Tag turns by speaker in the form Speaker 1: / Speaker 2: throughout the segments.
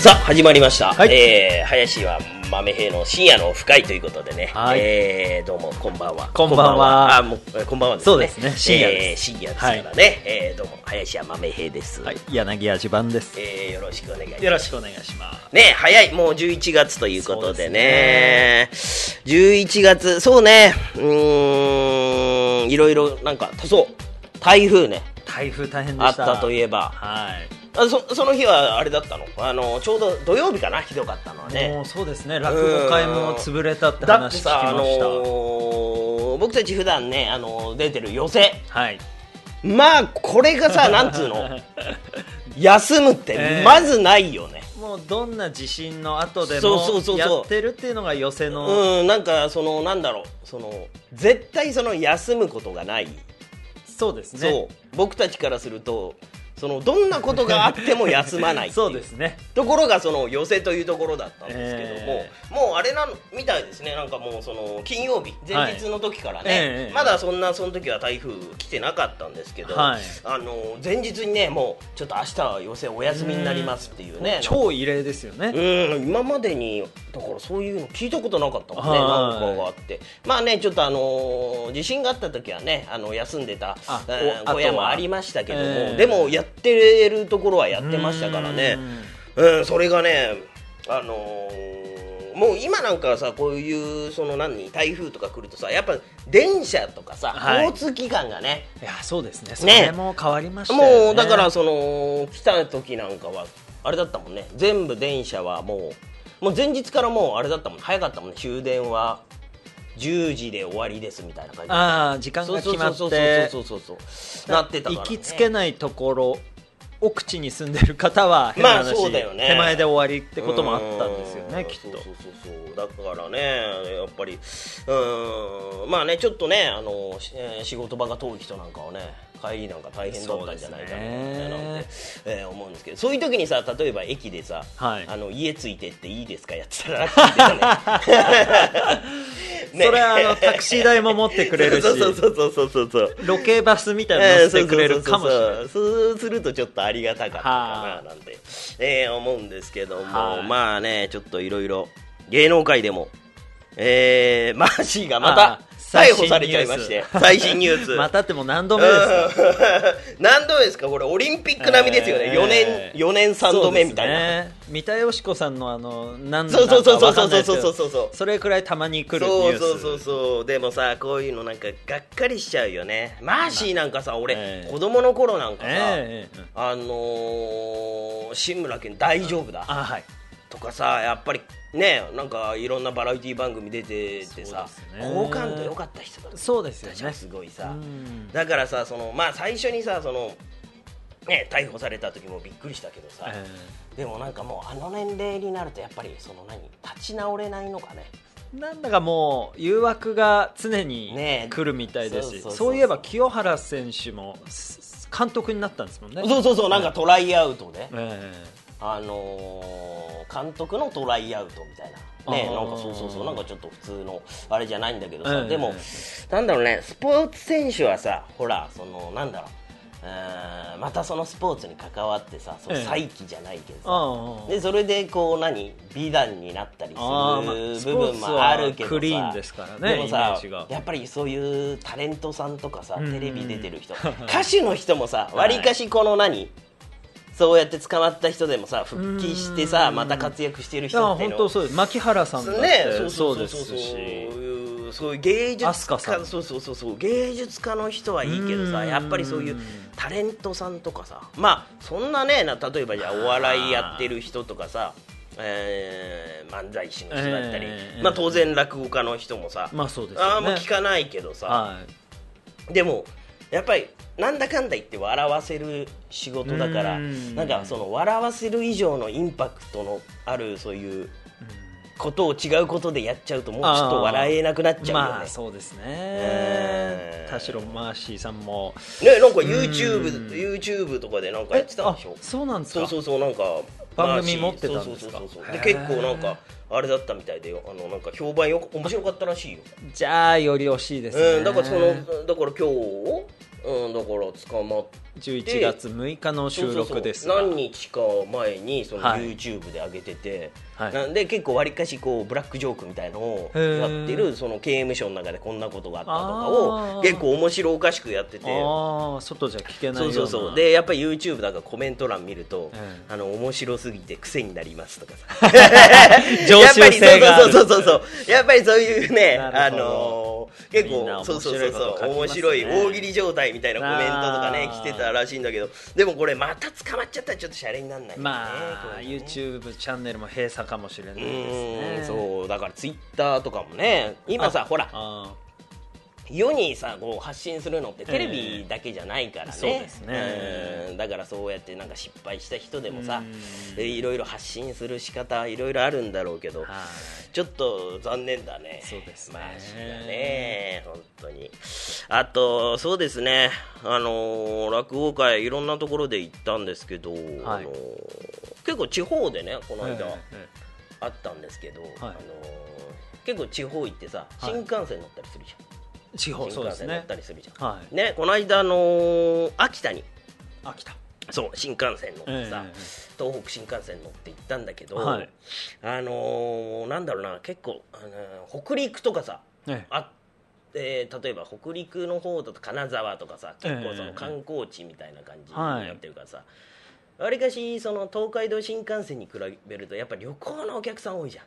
Speaker 1: さあ、始まりました。
Speaker 2: はい
Speaker 1: えー、林は豆平の深夜のオフ会ということでね。
Speaker 2: はい
Speaker 1: えー、どうも、こんばんは。
Speaker 2: こんばんは
Speaker 1: あ、もう、えーこんばんはですね。
Speaker 2: そうですね深夜
Speaker 1: えー
Speaker 2: で
Speaker 1: 深夜ですからね。えー、どうも、林は豆平です。
Speaker 2: はい、柳味番です。
Speaker 1: えー、よろしくお願いします。
Speaker 2: よろしくお願いします。
Speaker 1: ね、早い、もう11月ということでね。11月、そうね、うーん、いろいろ、なんか、そう、台風ね、
Speaker 2: 台風大変で
Speaker 1: あっ
Speaker 2: した。
Speaker 1: たといえば。
Speaker 2: はい。
Speaker 1: あそその日はあれだったのあのちょうど土曜日かなひどかったのは
Speaker 2: もう
Speaker 1: ね
Speaker 2: そうですね、落語会も潰れたって
Speaker 1: だって
Speaker 2: 話聞き
Speaker 1: さあ
Speaker 2: ま
Speaker 1: の
Speaker 2: した。
Speaker 1: ー僕たち普段ねあの出てる寄せ
Speaker 2: はい。
Speaker 1: まあこれがさなんつう の休むって
Speaker 2: えー
Speaker 1: まずないよね、
Speaker 2: もうどんな地震の後で
Speaker 1: そうそうそ
Speaker 2: も
Speaker 1: うそう
Speaker 2: やってるっていうのが寄せの、
Speaker 1: うんなんかそのなんだろうその絶対その休むことがない、
Speaker 2: そうですね。
Speaker 1: そう僕たちからするとそのどんなことがあっても休まないってい
Speaker 2: そうですね。
Speaker 1: ところがその寄せというところだったんですけども、
Speaker 2: え
Speaker 1: もうあれなのみたいですねなんかもうその金曜日前日の時からね、
Speaker 2: はいええ
Speaker 1: まだそんなその時は台風来てなかったんですけど、
Speaker 2: はい
Speaker 1: あの前日にねもうちょっと明日は寄せお休みになりますっていうね
Speaker 2: 超異例ですよね。
Speaker 1: うん今までにだからそういうの聞いたことなかったもんねな
Speaker 2: は
Speaker 1: ん
Speaker 2: い
Speaker 1: かがあってまあねちょっとあのー地震があった時はねあの休んでた
Speaker 2: あ
Speaker 1: えー
Speaker 2: おあとは
Speaker 1: 小屋もありましたけども、
Speaker 2: ええ
Speaker 1: でもやってるところはやってましたからねうんそれがねあのーもう今なんかさこういうその何台風とか来るとさやっぱ電車とかさ、
Speaker 2: はい
Speaker 1: 交通機関がね
Speaker 2: いや、そうですね。それも変わりましたよね。
Speaker 1: もうだからその来た時なんかはあれだったもんね全部電車はもうもう前日からもうあれだったもん早かったもんね終電は10時で終わりですみたいな感じ
Speaker 2: ああ、時間
Speaker 1: そう
Speaker 2: が
Speaker 1: そう
Speaker 2: 決まって。
Speaker 1: そうそうそうそうそうなってたから、ね、
Speaker 2: 行きつけないところ奥地に住んでる方は変な話、
Speaker 1: まあそうだよね
Speaker 2: 手前で終わりってこともあったんですよね
Speaker 1: うん
Speaker 2: きっと
Speaker 1: そうそうそうそうだからねやっぱりうーんまあねちょっとねあの、しえー仕事場が遠い人なんかはね帰りなんか大変だったんじゃないかな,、
Speaker 2: そうですね
Speaker 1: なんて、えー思うんですけどそういう時にさ例えば駅でさ、
Speaker 2: はい
Speaker 1: あの家ついてっていいですかやってたらラッキーですねね
Speaker 2: それはあのタクシー代も持ってくれるし
Speaker 1: そうそうそうそうそうそう
Speaker 2: ロケバスみたいなの
Speaker 1: え
Speaker 2: 乗
Speaker 1: ー
Speaker 2: せてくれるかもしれない、
Speaker 1: そうそうそうそうするとちょっとありがたかった
Speaker 2: は
Speaker 1: かな
Speaker 2: あ
Speaker 1: なんて、えー思うんですけども、
Speaker 2: はい
Speaker 1: まあねちょっといろいろ芸能界でも、えーマーシーがまた
Speaker 2: あー
Speaker 1: 逮捕されちゃいまして最
Speaker 2: 最
Speaker 1: 新ニュース
Speaker 2: またってもう何度目ですよ
Speaker 1: うん 何度目ですかこれオリンピック並みですよね、
Speaker 2: えー
Speaker 1: 4年四年3度目みたいな。
Speaker 2: そうですね三田佳子さんのあの何
Speaker 1: そうそうそうそうそうそうそうそう
Speaker 2: うそれくらいたまに来るニ
Speaker 1: そ
Speaker 2: ュ
Speaker 1: う
Speaker 2: ース
Speaker 1: そうそうそうでもさこういうのなんかがっかりしちゃうよねマーシーなんかさ俺、
Speaker 2: えー
Speaker 1: 子供の頃なんかさ、
Speaker 2: ええええうん
Speaker 1: あのー、志村けん大丈夫だ
Speaker 2: あはい
Speaker 1: とかさやっぱりねなんかいろんなバラエティ番組出ててさ、
Speaker 2: そうですね
Speaker 1: 好感度良かった人だった
Speaker 2: そうですよ
Speaker 1: じゃん
Speaker 2: ね
Speaker 1: すごいさ、
Speaker 2: うん
Speaker 1: だからさそのまあ最初にさそのね逮捕された時もびっくりしたけどさ、
Speaker 2: え
Speaker 1: でもなんかもうあの年齢になるとやっぱりその何立ち直れないのかね
Speaker 2: えなんだかもう誘惑が常に
Speaker 1: ねえ
Speaker 2: 来るみたいですし、
Speaker 1: そうそうそう
Speaker 2: そういえば清原選手もす監督になったんですもんね
Speaker 1: そうそうそうなんかトライアウトで、
Speaker 2: ええ
Speaker 1: あのー監督のトライアウトみたいな。ね、
Speaker 2: あー
Speaker 1: なんかそうそうそうなんかちょっと普通のあれじゃないんだけどさ、
Speaker 2: ええ
Speaker 1: でも、
Speaker 2: え
Speaker 1: なんだろうねスポーツ選手はさほらそのなんだろううーんまたそのスポーツに関わってさその
Speaker 2: ええ
Speaker 1: 再起じゃないけどさ、
Speaker 2: ああ
Speaker 1: でそれでこう何美談になったり
Speaker 2: あーまあ
Speaker 1: す
Speaker 2: ス
Speaker 1: る
Speaker 2: ポ
Speaker 1: 部
Speaker 2: ー
Speaker 1: 分
Speaker 2: ツ
Speaker 1: も
Speaker 2: は
Speaker 1: あるけどさ
Speaker 2: クリーンですから
Speaker 1: で
Speaker 2: ね
Speaker 1: も
Speaker 2: イメ
Speaker 1: さ
Speaker 2: ージが
Speaker 1: やっぱりそういうタレントさんとかさ
Speaker 2: うん
Speaker 1: テレビ出てる人歌手の人もさわ
Speaker 2: はい
Speaker 1: りかしこの何そうやって捕まった人でもさ復帰してさ
Speaker 2: うん
Speaker 1: また活躍してる
Speaker 2: いや
Speaker 1: 人っていう
Speaker 2: 本
Speaker 1: の
Speaker 2: 当そうです牧原さんだって、
Speaker 1: ね
Speaker 2: そう
Speaker 1: そう
Speaker 2: で
Speaker 1: そう
Speaker 2: す
Speaker 1: そう
Speaker 2: し
Speaker 1: いうそういう芸
Speaker 2: ア
Speaker 1: 術
Speaker 2: スカさ
Speaker 1: 家
Speaker 2: ん
Speaker 1: そうそうそうそう芸術家の人はいいけどさ
Speaker 2: うん
Speaker 1: やっぱりそういうタレントさんとかさまあそんなねな例えばじゃあお笑いやってる人とかさえー漫才師の人だったり、
Speaker 2: えー
Speaker 1: まあ、当然落語家の人もさ、
Speaker 2: まあそうです
Speaker 1: あ
Speaker 2: よ
Speaker 1: んま
Speaker 2: ね
Speaker 1: 聞かないけどさ、
Speaker 2: はい
Speaker 1: でもやっぱりなんだかんだ言って笑わせる仕事だから
Speaker 2: うん
Speaker 1: なんかその笑わせる以上のインパクトのあるそういうことを違うことでやっちゃうともうちょっと笑えなくなっちゃうよね。
Speaker 2: まあそうですね、
Speaker 1: ええ
Speaker 2: 田代マーシーさんも
Speaker 1: ねなんか YouTube, YouTube とかでなんかやってたん
Speaker 2: あ
Speaker 1: でしょ
Speaker 2: そうなんです
Speaker 1: そう
Speaker 2: か
Speaker 1: そうそうなんか
Speaker 2: 番組持ってたんです
Speaker 1: そ
Speaker 2: か
Speaker 1: うそうそうそうで
Speaker 2: へー
Speaker 1: 結構なんかあれだったみたいであのなんか評判よ面白かったらしいよ、
Speaker 2: じゃあより惜しいですね、
Speaker 1: うん、だからそのだから今日うん、だから捕まって
Speaker 2: 11月6日の収録です
Speaker 1: そうそ
Speaker 2: が
Speaker 1: うそう何日か前にその
Speaker 2: はい
Speaker 1: YouTube で上げてて、
Speaker 2: はい
Speaker 1: なんで結構わりかしこうブラックジョークみたいのを
Speaker 2: へー
Speaker 1: やってるその刑務所の中でこんなことがあったとか
Speaker 2: あ
Speaker 1: を
Speaker 2: ー
Speaker 1: 結構面白おかしくやってて。
Speaker 2: ああ外じゃ聞けない
Speaker 1: そ
Speaker 2: よ
Speaker 1: う
Speaker 2: うな
Speaker 1: そうそうでやっぱり YouTube だからコメント欄見ると、
Speaker 2: う
Speaker 1: あの面白すぎて癖になりますとかさ
Speaker 2: 常習性があ
Speaker 1: やっぱ
Speaker 2: る
Speaker 1: りそうそうそうそうそうやっぱりそういうね
Speaker 2: な
Speaker 1: あ
Speaker 2: るほ
Speaker 1: のー結
Speaker 2: みんな
Speaker 1: 構
Speaker 2: 面
Speaker 1: そ
Speaker 2: 白
Speaker 1: うそう
Speaker 2: い
Speaker 1: そうそう
Speaker 2: こと書き
Speaker 1: 面
Speaker 2: ますね
Speaker 1: 白い大喜利状態みたいなコメントとかね
Speaker 2: あー
Speaker 1: 来てたらしいんだけどでもこれまた捕まっちゃったらちょっとシャレになんないよね
Speaker 2: ま
Speaker 1: こ
Speaker 2: あ、
Speaker 1: れね
Speaker 2: YouTube チャンネルも閉鎖かもしれないうで
Speaker 1: ーん
Speaker 2: すねう
Speaker 1: そうだからツイッターとかもね今さほら
Speaker 2: あ
Speaker 1: 世にさこう発信するのってテレビだけじゃないからね、
Speaker 2: ええそうですね
Speaker 1: うんだからそうやってなんか失敗した人でもさ
Speaker 2: うん
Speaker 1: でいろいろ発信する仕方いろいろあるんだろうけど
Speaker 2: ーはい
Speaker 1: ちょっと残念だね
Speaker 2: そうですね
Speaker 1: マジだね本当にあとそうですねあのー落語会いろんなところで行ったんですけど、あのー結構地方でねこの間、
Speaker 2: ええ
Speaker 1: あったんですけど、あのー結構地方行ってさ
Speaker 2: はい
Speaker 1: 新幹線乗ったりするじゃん、
Speaker 2: 地方
Speaker 1: 新
Speaker 2: そうで
Speaker 1: 幹
Speaker 2: す
Speaker 1: 線乗っ
Speaker 2: ね
Speaker 1: たりするじゃん
Speaker 2: はい
Speaker 1: ね、この間、あのー秋田に
Speaker 2: あ来た
Speaker 1: そう新幹線乗ってさ、
Speaker 2: ええ
Speaker 1: 東北新幹線乗って行ったんだけど、
Speaker 2: はい
Speaker 1: あのーなんだろうな結構、あのー北陸とかさ
Speaker 2: ええ
Speaker 1: あ、えー例えば北陸の方だと金沢とかさ結構そ
Speaker 2: え
Speaker 1: の
Speaker 2: え
Speaker 1: 観光地みたいな感じに
Speaker 2: はい
Speaker 1: なってるからさ、わりかしその東海道新幹線に比べるとやっぱ旅行のお客さん多いじゃん。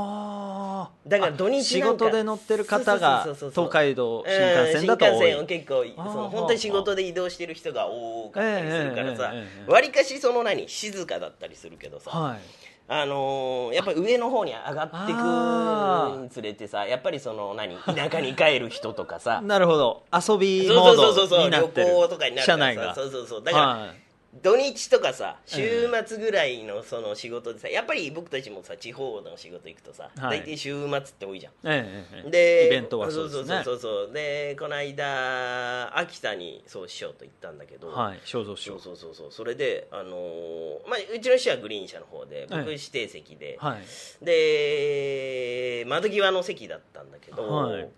Speaker 2: ああ
Speaker 1: だから土日
Speaker 2: 仕
Speaker 1: なんか
Speaker 2: 事で乗ってる方が
Speaker 1: そうそうそうそう
Speaker 2: 東海道新幹線だと
Speaker 1: うん
Speaker 2: 多
Speaker 1: 新幹
Speaker 2: い
Speaker 1: 線を結構
Speaker 2: あー
Speaker 1: その本当に仕事で移動してる人が多かったりするからさ
Speaker 2: ええええええ
Speaker 1: わりかしその何静かだったりするけどさ
Speaker 2: はい
Speaker 1: あのーやっぱり上の方に上がって
Speaker 2: あ
Speaker 1: くにつれてさやっぱりその何田舎に帰る人とか さ
Speaker 2: なるほど遊び
Speaker 1: そ
Speaker 2: モ
Speaker 1: うそうそう
Speaker 2: ー
Speaker 1: そ
Speaker 2: ド
Speaker 1: う
Speaker 2: にな
Speaker 1: 旅
Speaker 2: ってる
Speaker 1: 行とかになる
Speaker 2: 車
Speaker 1: から
Speaker 2: 内
Speaker 1: さ
Speaker 2: が
Speaker 1: そうそうそうだから
Speaker 2: はい
Speaker 1: 土日とかさ週末ぐらいのその仕事でさやっぱり僕たちもさ地方の仕事行くとさ
Speaker 2: はい
Speaker 1: 大体週末って多いじゃん
Speaker 2: ええええ
Speaker 1: で
Speaker 2: イベントはそうですね
Speaker 1: そうそうそうそうでこの間秋田にそうしようと行ったんだけど、
Speaker 2: はい肖像師
Speaker 1: そう
Speaker 2: 匠
Speaker 1: そうそうそうそれで、あのーまあ、うちの師はグリーン車の方で僕
Speaker 2: ええ
Speaker 1: 指定席で、
Speaker 2: はい
Speaker 1: で窓際の席だったんだけど、
Speaker 2: はい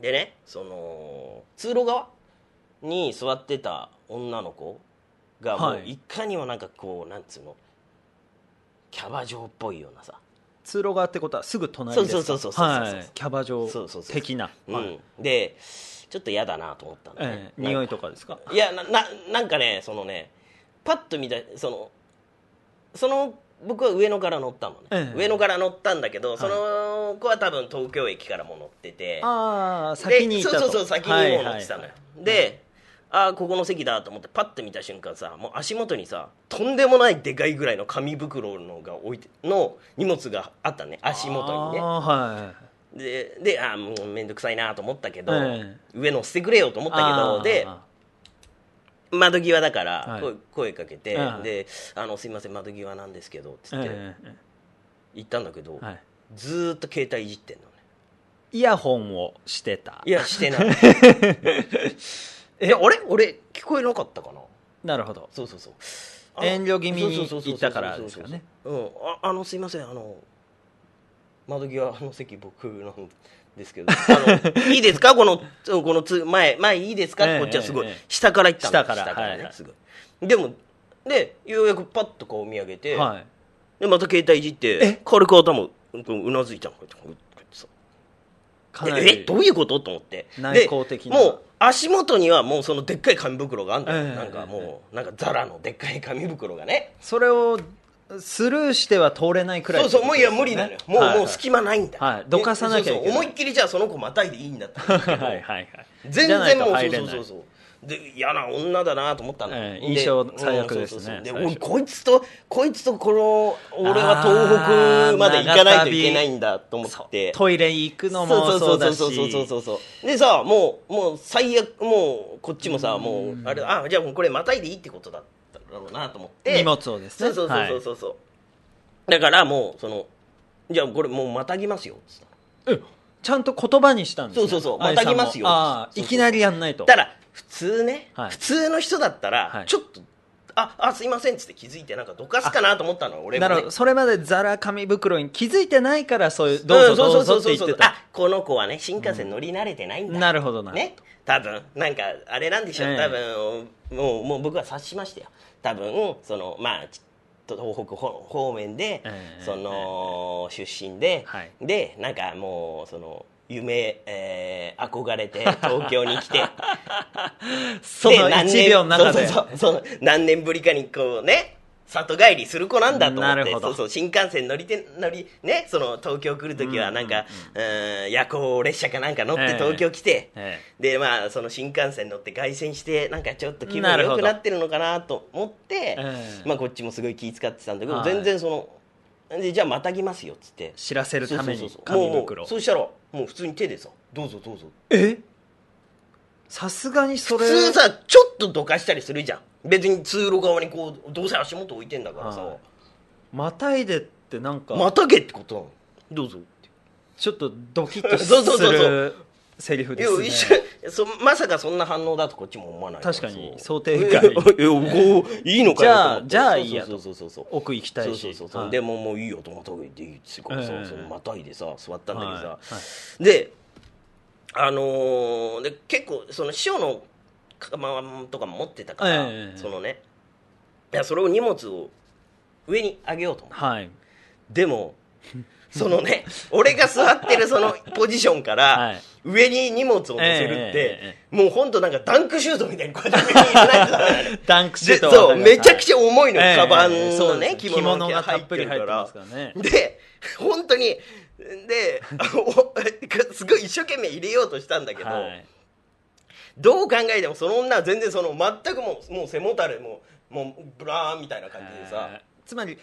Speaker 1: でねその通路側に座ってた女の子がも
Speaker 2: は
Speaker 1: う
Speaker 2: い
Speaker 1: いかにもなんかこうなんつうのキャバ嬢っぽいようなさ
Speaker 2: 通路側ってことはすぐ隣です
Speaker 1: そう
Speaker 2: か
Speaker 1: そうそうそうそうそうそう
Speaker 2: はいキャバ嬢
Speaker 1: そうそうそう
Speaker 2: 的な
Speaker 1: う
Speaker 2: はい
Speaker 1: ん、でちょっと嫌だなと思ったのね
Speaker 2: え、え匂い
Speaker 1: と
Speaker 2: とかですか
Speaker 1: いやなななんかねそのねパッと見たそのその僕は上野から乗ったのね、
Speaker 2: ええ
Speaker 1: 上野から乗ったんだけど、
Speaker 2: い
Speaker 1: その子は多分東京駅からも乗ってて
Speaker 2: ああ
Speaker 1: で
Speaker 2: 先にいたと
Speaker 1: そうそうそう先にもう乗ってたのよ、
Speaker 2: はい
Speaker 1: で、ああここの席だと思ってパッと見た瞬間さもう足元にさとんでもないでかいぐらいの紙袋のが置いての荷物があったね足元にね
Speaker 2: あーはい
Speaker 1: でであーもう面倒くさいなと思ったけど、
Speaker 2: え
Speaker 1: 上乗せてくれよと思ったけ
Speaker 2: あ
Speaker 1: ど
Speaker 2: ー
Speaker 1: で窓際だから
Speaker 2: はい
Speaker 1: 声,、声かけて、
Speaker 2: うん
Speaker 1: であの「すいません窓際なんですけど」っつって
Speaker 2: ええ
Speaker 1: 行ったんだけど、
Speaker 2: はい
Speaker 1: ずーっと携帯いじってんのね
Speaker 2: イヤホンをしてた
Speaker 1: いやしてない えあれ俺聞こえなかったかな
Speaker 2: なるほど
Speaker 1: そうそうそうあ
Speaker 2: 遠慮気味に
Speaker 1: そうそうそうそう
Speaker 2: 行ったからですかね
Speaker 1: うんああのすいませんあの窓際の席僕なんですけ どあのいいですかこのこのつ前前いいですか、
Speaker 2: ええ
Speaker 1: こっちはすごい、
Speaker 2: ええ
Speaker 1: 下から行ったの
Speaker 2: 下からはい
Speaker 1: ね
Speaker 2: はい
Speaker 1: すごいでもでようやくパッとこう見上げて、
Speaker 2: はい
Speaker 1: でまた携帯いじって軽く頭をこううなずいたのこうやってこうやってさ
Speaker 2: かな
Speaker 1: え
Speaker 2: り
Speaker 1: えどういうことと思って
Speaker 2: 内向的な
Speaker 1: でもう足元にはもうそのでっかい紙袋があんだよ、
Speaker 2: ええ
Speaker 1: なんかもうなんかザラのでっかい紙袋がね
Speaker 2: それをスルーしては通れないくらい
Speaker 1: そうそうもういや無理なのよ、もうもう隙間ないんだ、
Speaker 2: はいどかさなきゃいけない
Speaker 1: そうそう思いっきりじゃあその子またいでいいんだ ったらいいけ
Speaker 2: 間
Speaker 1: ど
Speaker 2: はいはいはい
Speaker 1: 全
Speaker 2: じゃない
Speaker 1: 然
Speaker 2: と
Speaker 1: もう
Speaker 2: 入
Speaker 1: そ
Speaker 2: れ
Speaker 1: う
Speaker 2: ない
Speaker 1: そうそうそうで嫌な女だなと思ったの、
Speaker 2: ええ
Speaker 1: で
Speaker 2: 印象最悪ですね
Speaker 1: うんそうそうそうで
Speaker 2: 最初
Speaker 1: おいこいつとこいつとこの俺は東北まで行かないといけないんだと思って
Speaker 2: トイレ行くのもそうだし
Speaker 1: そうそうそうそうそうそうでさもうもう最悪もうこっちもさもうあれあじゃあもうこれまたいでいいってことだったろうなと思って
Speaker 2: 荷物をですね
Speaker 1: そうそうそうそうそう、だからもうそのじゃあこれもうまたぎますよっつった
Speaker 2: えちゃんと言葉にしたんですね
Speaker 1: そうそうそう
Speaker 2: 愛さんも
Speaker 1: またぎますよ
Speaker 2: あ
Speaker 1: そ
Speaker 2: あ
Speaker 1: うそう
Speaker 2: いきなりやんないと
Speaker 1: だから普通ね、
Speaker 2: はい
Speaker 1: 普通の人だったら、
Speaker 2: はい
Speaker 1: ちょっとああすいませんっつって気づいてなんかどかすかなと思ったの俺も、
Speaker 2: な
Speaker 1: ね、
Speaker 2: るほどそれまでザラ紙袋に気づいてないからそういうどうぞ
Speaker 1: ん
Speaker 2: どうぞって言って
Speaker 1: あ
Speaker 2: た
Speaker 1: この子はね新幹線乗り慣れてないんだ、
Speaker 2: なるほどな
Speaker 1: ね多分なんかあれなんでしょう、
Speaker 2: ええ
Speaker 1: 多分もうもう僕は察しましたよ多分そのまあち東北方方面で、
Speaker 2: ええ
Speaker 1: その、出身で、
Speaker 2: はい
Speaker 1: でなんかもうその夢、えー憧れて東京に来 て
Speaker 2: その
Speaker 1: で何年
Speaker 2: 1秒の中で
Speaker 1: そうそうそうそう何年ぶりかにこうね里帰りする子なんだと思
Speaker 2: な
Speaker 1: って
Speaker 2: るほど
Speaker 1: そうそう新幹線乗りて乗りねその東京来る時はなんか、うん夜行列車かなんか乗っ
Speaker 2: え
Speaker 1: て
Speaker 2: え
Speaker 1: 東京来て、
Speaker 2: え
Speaker 1: でまあその新幹線乗って凱旋してなんかちょっと気分
Speaker 2: な
Speaker 1: が
Speaker 2: る
Speaker 1: 良
Speaker 2: ほど
Speaker 1: くなってるのかなと思って、
Speaker 2: ええ
Speaker 1: まあこっちもすごい気遣ってたんだけど、
Speaker 2: はい
Speaker 1: 全然そのでじゃあまたぎますよっつって
Speaker 2: 知らせるため
Speaker 1: そう
Speaker 2: に
Speaker 1: そうそう
Speaker 2: 紙
Speaker 1: もうも
Speaker 2: 袋
Speaker 1: うそうしたらもう普通に手でさどうぞどうぞ
Speaker 2: えさすがにそ
Speaker 1: 普
Speaker 2: れ
Speaker 1: 通さちょっとどかしたりするじゃん別に通路側にこうどうせ足元置いてんだからさ、
Speaker 2: はいまたいでってなんか、
Speaker 1: またげってことなのどうぞって
Speaker 2: ちょっとドキッと
Speaker 1: そうそう
Speaker 2: す
Speaker 1: そうそう
Speaker 2: るセリフです
Speaker 1: いや
Speaker 2: ね
Speaker 1: 一瞬そまさかそんな反応だとこっちも思わないら
Speaker 2: 確かに想定外
Speaker 1: いやこういいのかよと思って
Speaker 2: じゃあじゃあいいや
Speaker 1: そう
Speaker 2: と
Speaker 1: そうそうそうそう
Speaker 2: 奥行きた
Speaker 1: そう
Speaker 2: い
Speaker 1: そう
Speaker 2: し
Speaker 1: そうそう
Speaker 2: はい
Speaker 1: でもうもういいよとまたげていいっつうからさ、
Speaker 2: ええ
Speaker 1: そのまたいでさ座ったんだけどさ、
Speaker 2: はいは
Speaker 1: であのーで結構その師匠のかまとかも持ってたから、
Speaker 2: ええ
Speaker 1: そのねいやそれを荷物を上に上げようと思って
Speaker 2: はい
Speaker 1: でもそのね俺が座ってるそ のポジションか
Speaker 2: は
Speaker 1: ら
Speaker 2: い
Speaker 1: 上に荷物を乗せるって
Speaker 2: ええ
Speaker 1: もうほんとなんかダンクシュートみたいにこうやって上に行かないとダメなのよ
Speaker 2: ダンクシュ
Speaker 1: で
Speaker 2: ート
Speaker 1: そうめちゃくち
Speaker 2: ゃ
Speaker 1: ゃ重いのよカバンのね
Speaker 2: 着
Speaker 1: 着
Speaker 2: 物
Speaker 1: 物
Speaker 2: が
Speaker 1: が
Speaker 2: た
Speaker 1: 入っ
Speaker 2: っ
Speaker 1: て
Speaker 2: ぷり
Speaker 1: る
Speaker 2: 入
Speaker 1: か
Speaker 2: ってま
Speaker 1: ら
Speaker 2: すからね
Speaker 1: で本当にでお すごい一生懸命入れようとしたんだけど
Speaker 2: はい
Speaker 1: どう考えてもその女は全然その全くもうもう背もたれももうブラーンみたいな感じでさ
Speaker 2: えーつまり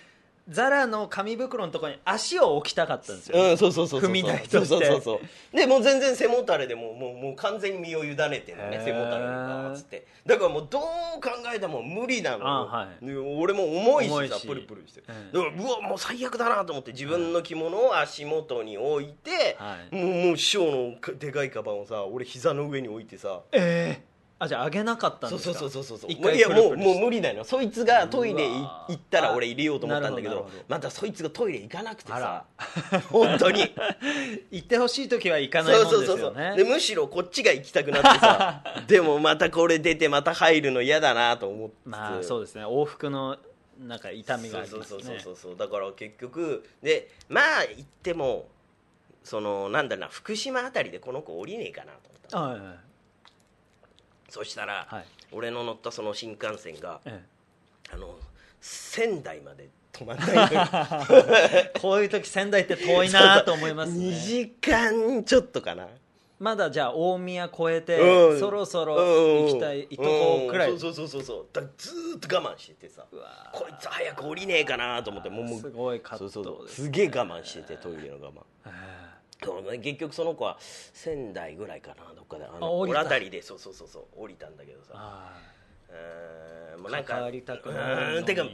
Speaker 2: ザラの紙袋のところに足を置きたかったんですよね、
Speaker 1: うん、そうそうそうそう
Speaker 2: 踏み台として
Speaker 1: そうそうそうそうでもう全然背もたれでもうもうもう完全に身を委ねてるの
Speaker 2: へ
Speaker 1: ね
Speaker 2: ー
Speaker 1: 背もたれにバーッつってだからもうどう考えても無理なの
Speaker 2: あはい
Speaker 1: で俺も重い
Speaker 2: 重
Speaker 1: し
Speaker 2: い
Speaker 1: さ
Speaker 2: し
Speaker 1: プルプルして、
Speaker 2: うん
Speaker 1: だからうわもう最悪だなと思って自分の着物を足元に置いて、
Speaker 2: はい
Speaker 1: もうもう師匠のかでかいカバンをさ俺膝の上に置いてさ
Speaker 2: えーあじゃあ上げなかったん
Speaker 1: そ
Speaker 2: で
Speaker 1: う
Speaker 2: す
Speaker 1: そ
Speaker 2: か
Speaker 1: うそうそうそう
Speaker 2: 一回
Speaker 1: いや
Speaker 2: プル
Speaker 1: も
Speaker 2: プ
Speaker 1: う
Speaker 2: ル
Speaker 1: も
Speaker 2: し
Speaker 1: う
Speaker 2: て
Speaker 1: 無理なのそいつがトイレいう
Speaker 2: わー
Speaker 1: 行ったら俺入れようと思ったんだけ
Speaker 2: なる
Speaker 1: ど
Speaker 2: ほどなるほ
Speaker 1: またそいつがトイレ行かなくてさ
Speaker 2: あ
Speaker 1: 本当に
Speaker 2: 行ってほしい時は行かない
Speaker 1: そう
Speaker 2: もん
Speaker 1: そう
Speaker 2: で
Speaker 1: そ
Speaker 2: す
Speaker 1: うそ
Speaker 2: よ
Speaker 1: う、
Speaker 2: ね
Speaker 1: でむしろこっちが行きたくなって さでもまたこれ出てまた入るの嫌だなと思って
Speaker 2: まあそうですね往復のなんか痛みがあり
Speaker 1: そう
Speaker 2: ま
Speaker 1: そ
Speaker 2: す
Speaker 1: うそう
Speaker 2: ね
Speaker 1: そうそうだから結局でまあ行ってもそのなんだろうな福島あたりでこの子降りねえかなと思ったの
Speaker 2: はいはい
Speaker 1: そしたら、
Speaker 2: はい
Speaker 1: 俺の乗ったその新幹線が
Speaker 2: え
Speaker 1: あの仙台まで止まんないのよ
Speaker 2: えこういう時仙台って遠 いなと思 います
Speaker 1: 2
Speaker 2: ね
Speaker 1: 時間ちょっとかな
Speaker 2: まだじゃあ大宮越えて
Speaker 1: うん
Speaker 2: そろそろ
Speaker 1: うん
Speaker 2: 行きたい行っとこうくら
Speaker 1: うん
Speaker 2: い
Speaker 1: そうそうそうそうだからずーっと我慢しててさ
Speaker 2: わ
Speaker 1: こいつ早く降りねえかなと思ってもうもう
Speaker 2: すごい葛
Speaker 1: そうそ
Speaker 2: 藤
Speaker 1: うそう
Speaker 2: です
Speaker 1: すげえ我慢しててトイレの我慢
Speaker 2: あ
Speaker 1: そうね結局その子は仙台ぐらいかなどっかであ
Speaker 2: あ
Speaker 1: の
Speaker 2: 降り
Speaker 1: 俺
Speaker 2: た
Speaker 1: あたりでそうそうそうそう降りたんだけどさ
Speaker 2: あ
Speaker 1: うーんもうなんか
Speaker 2: 関わりたくないのに
Speaker 1: うーんてか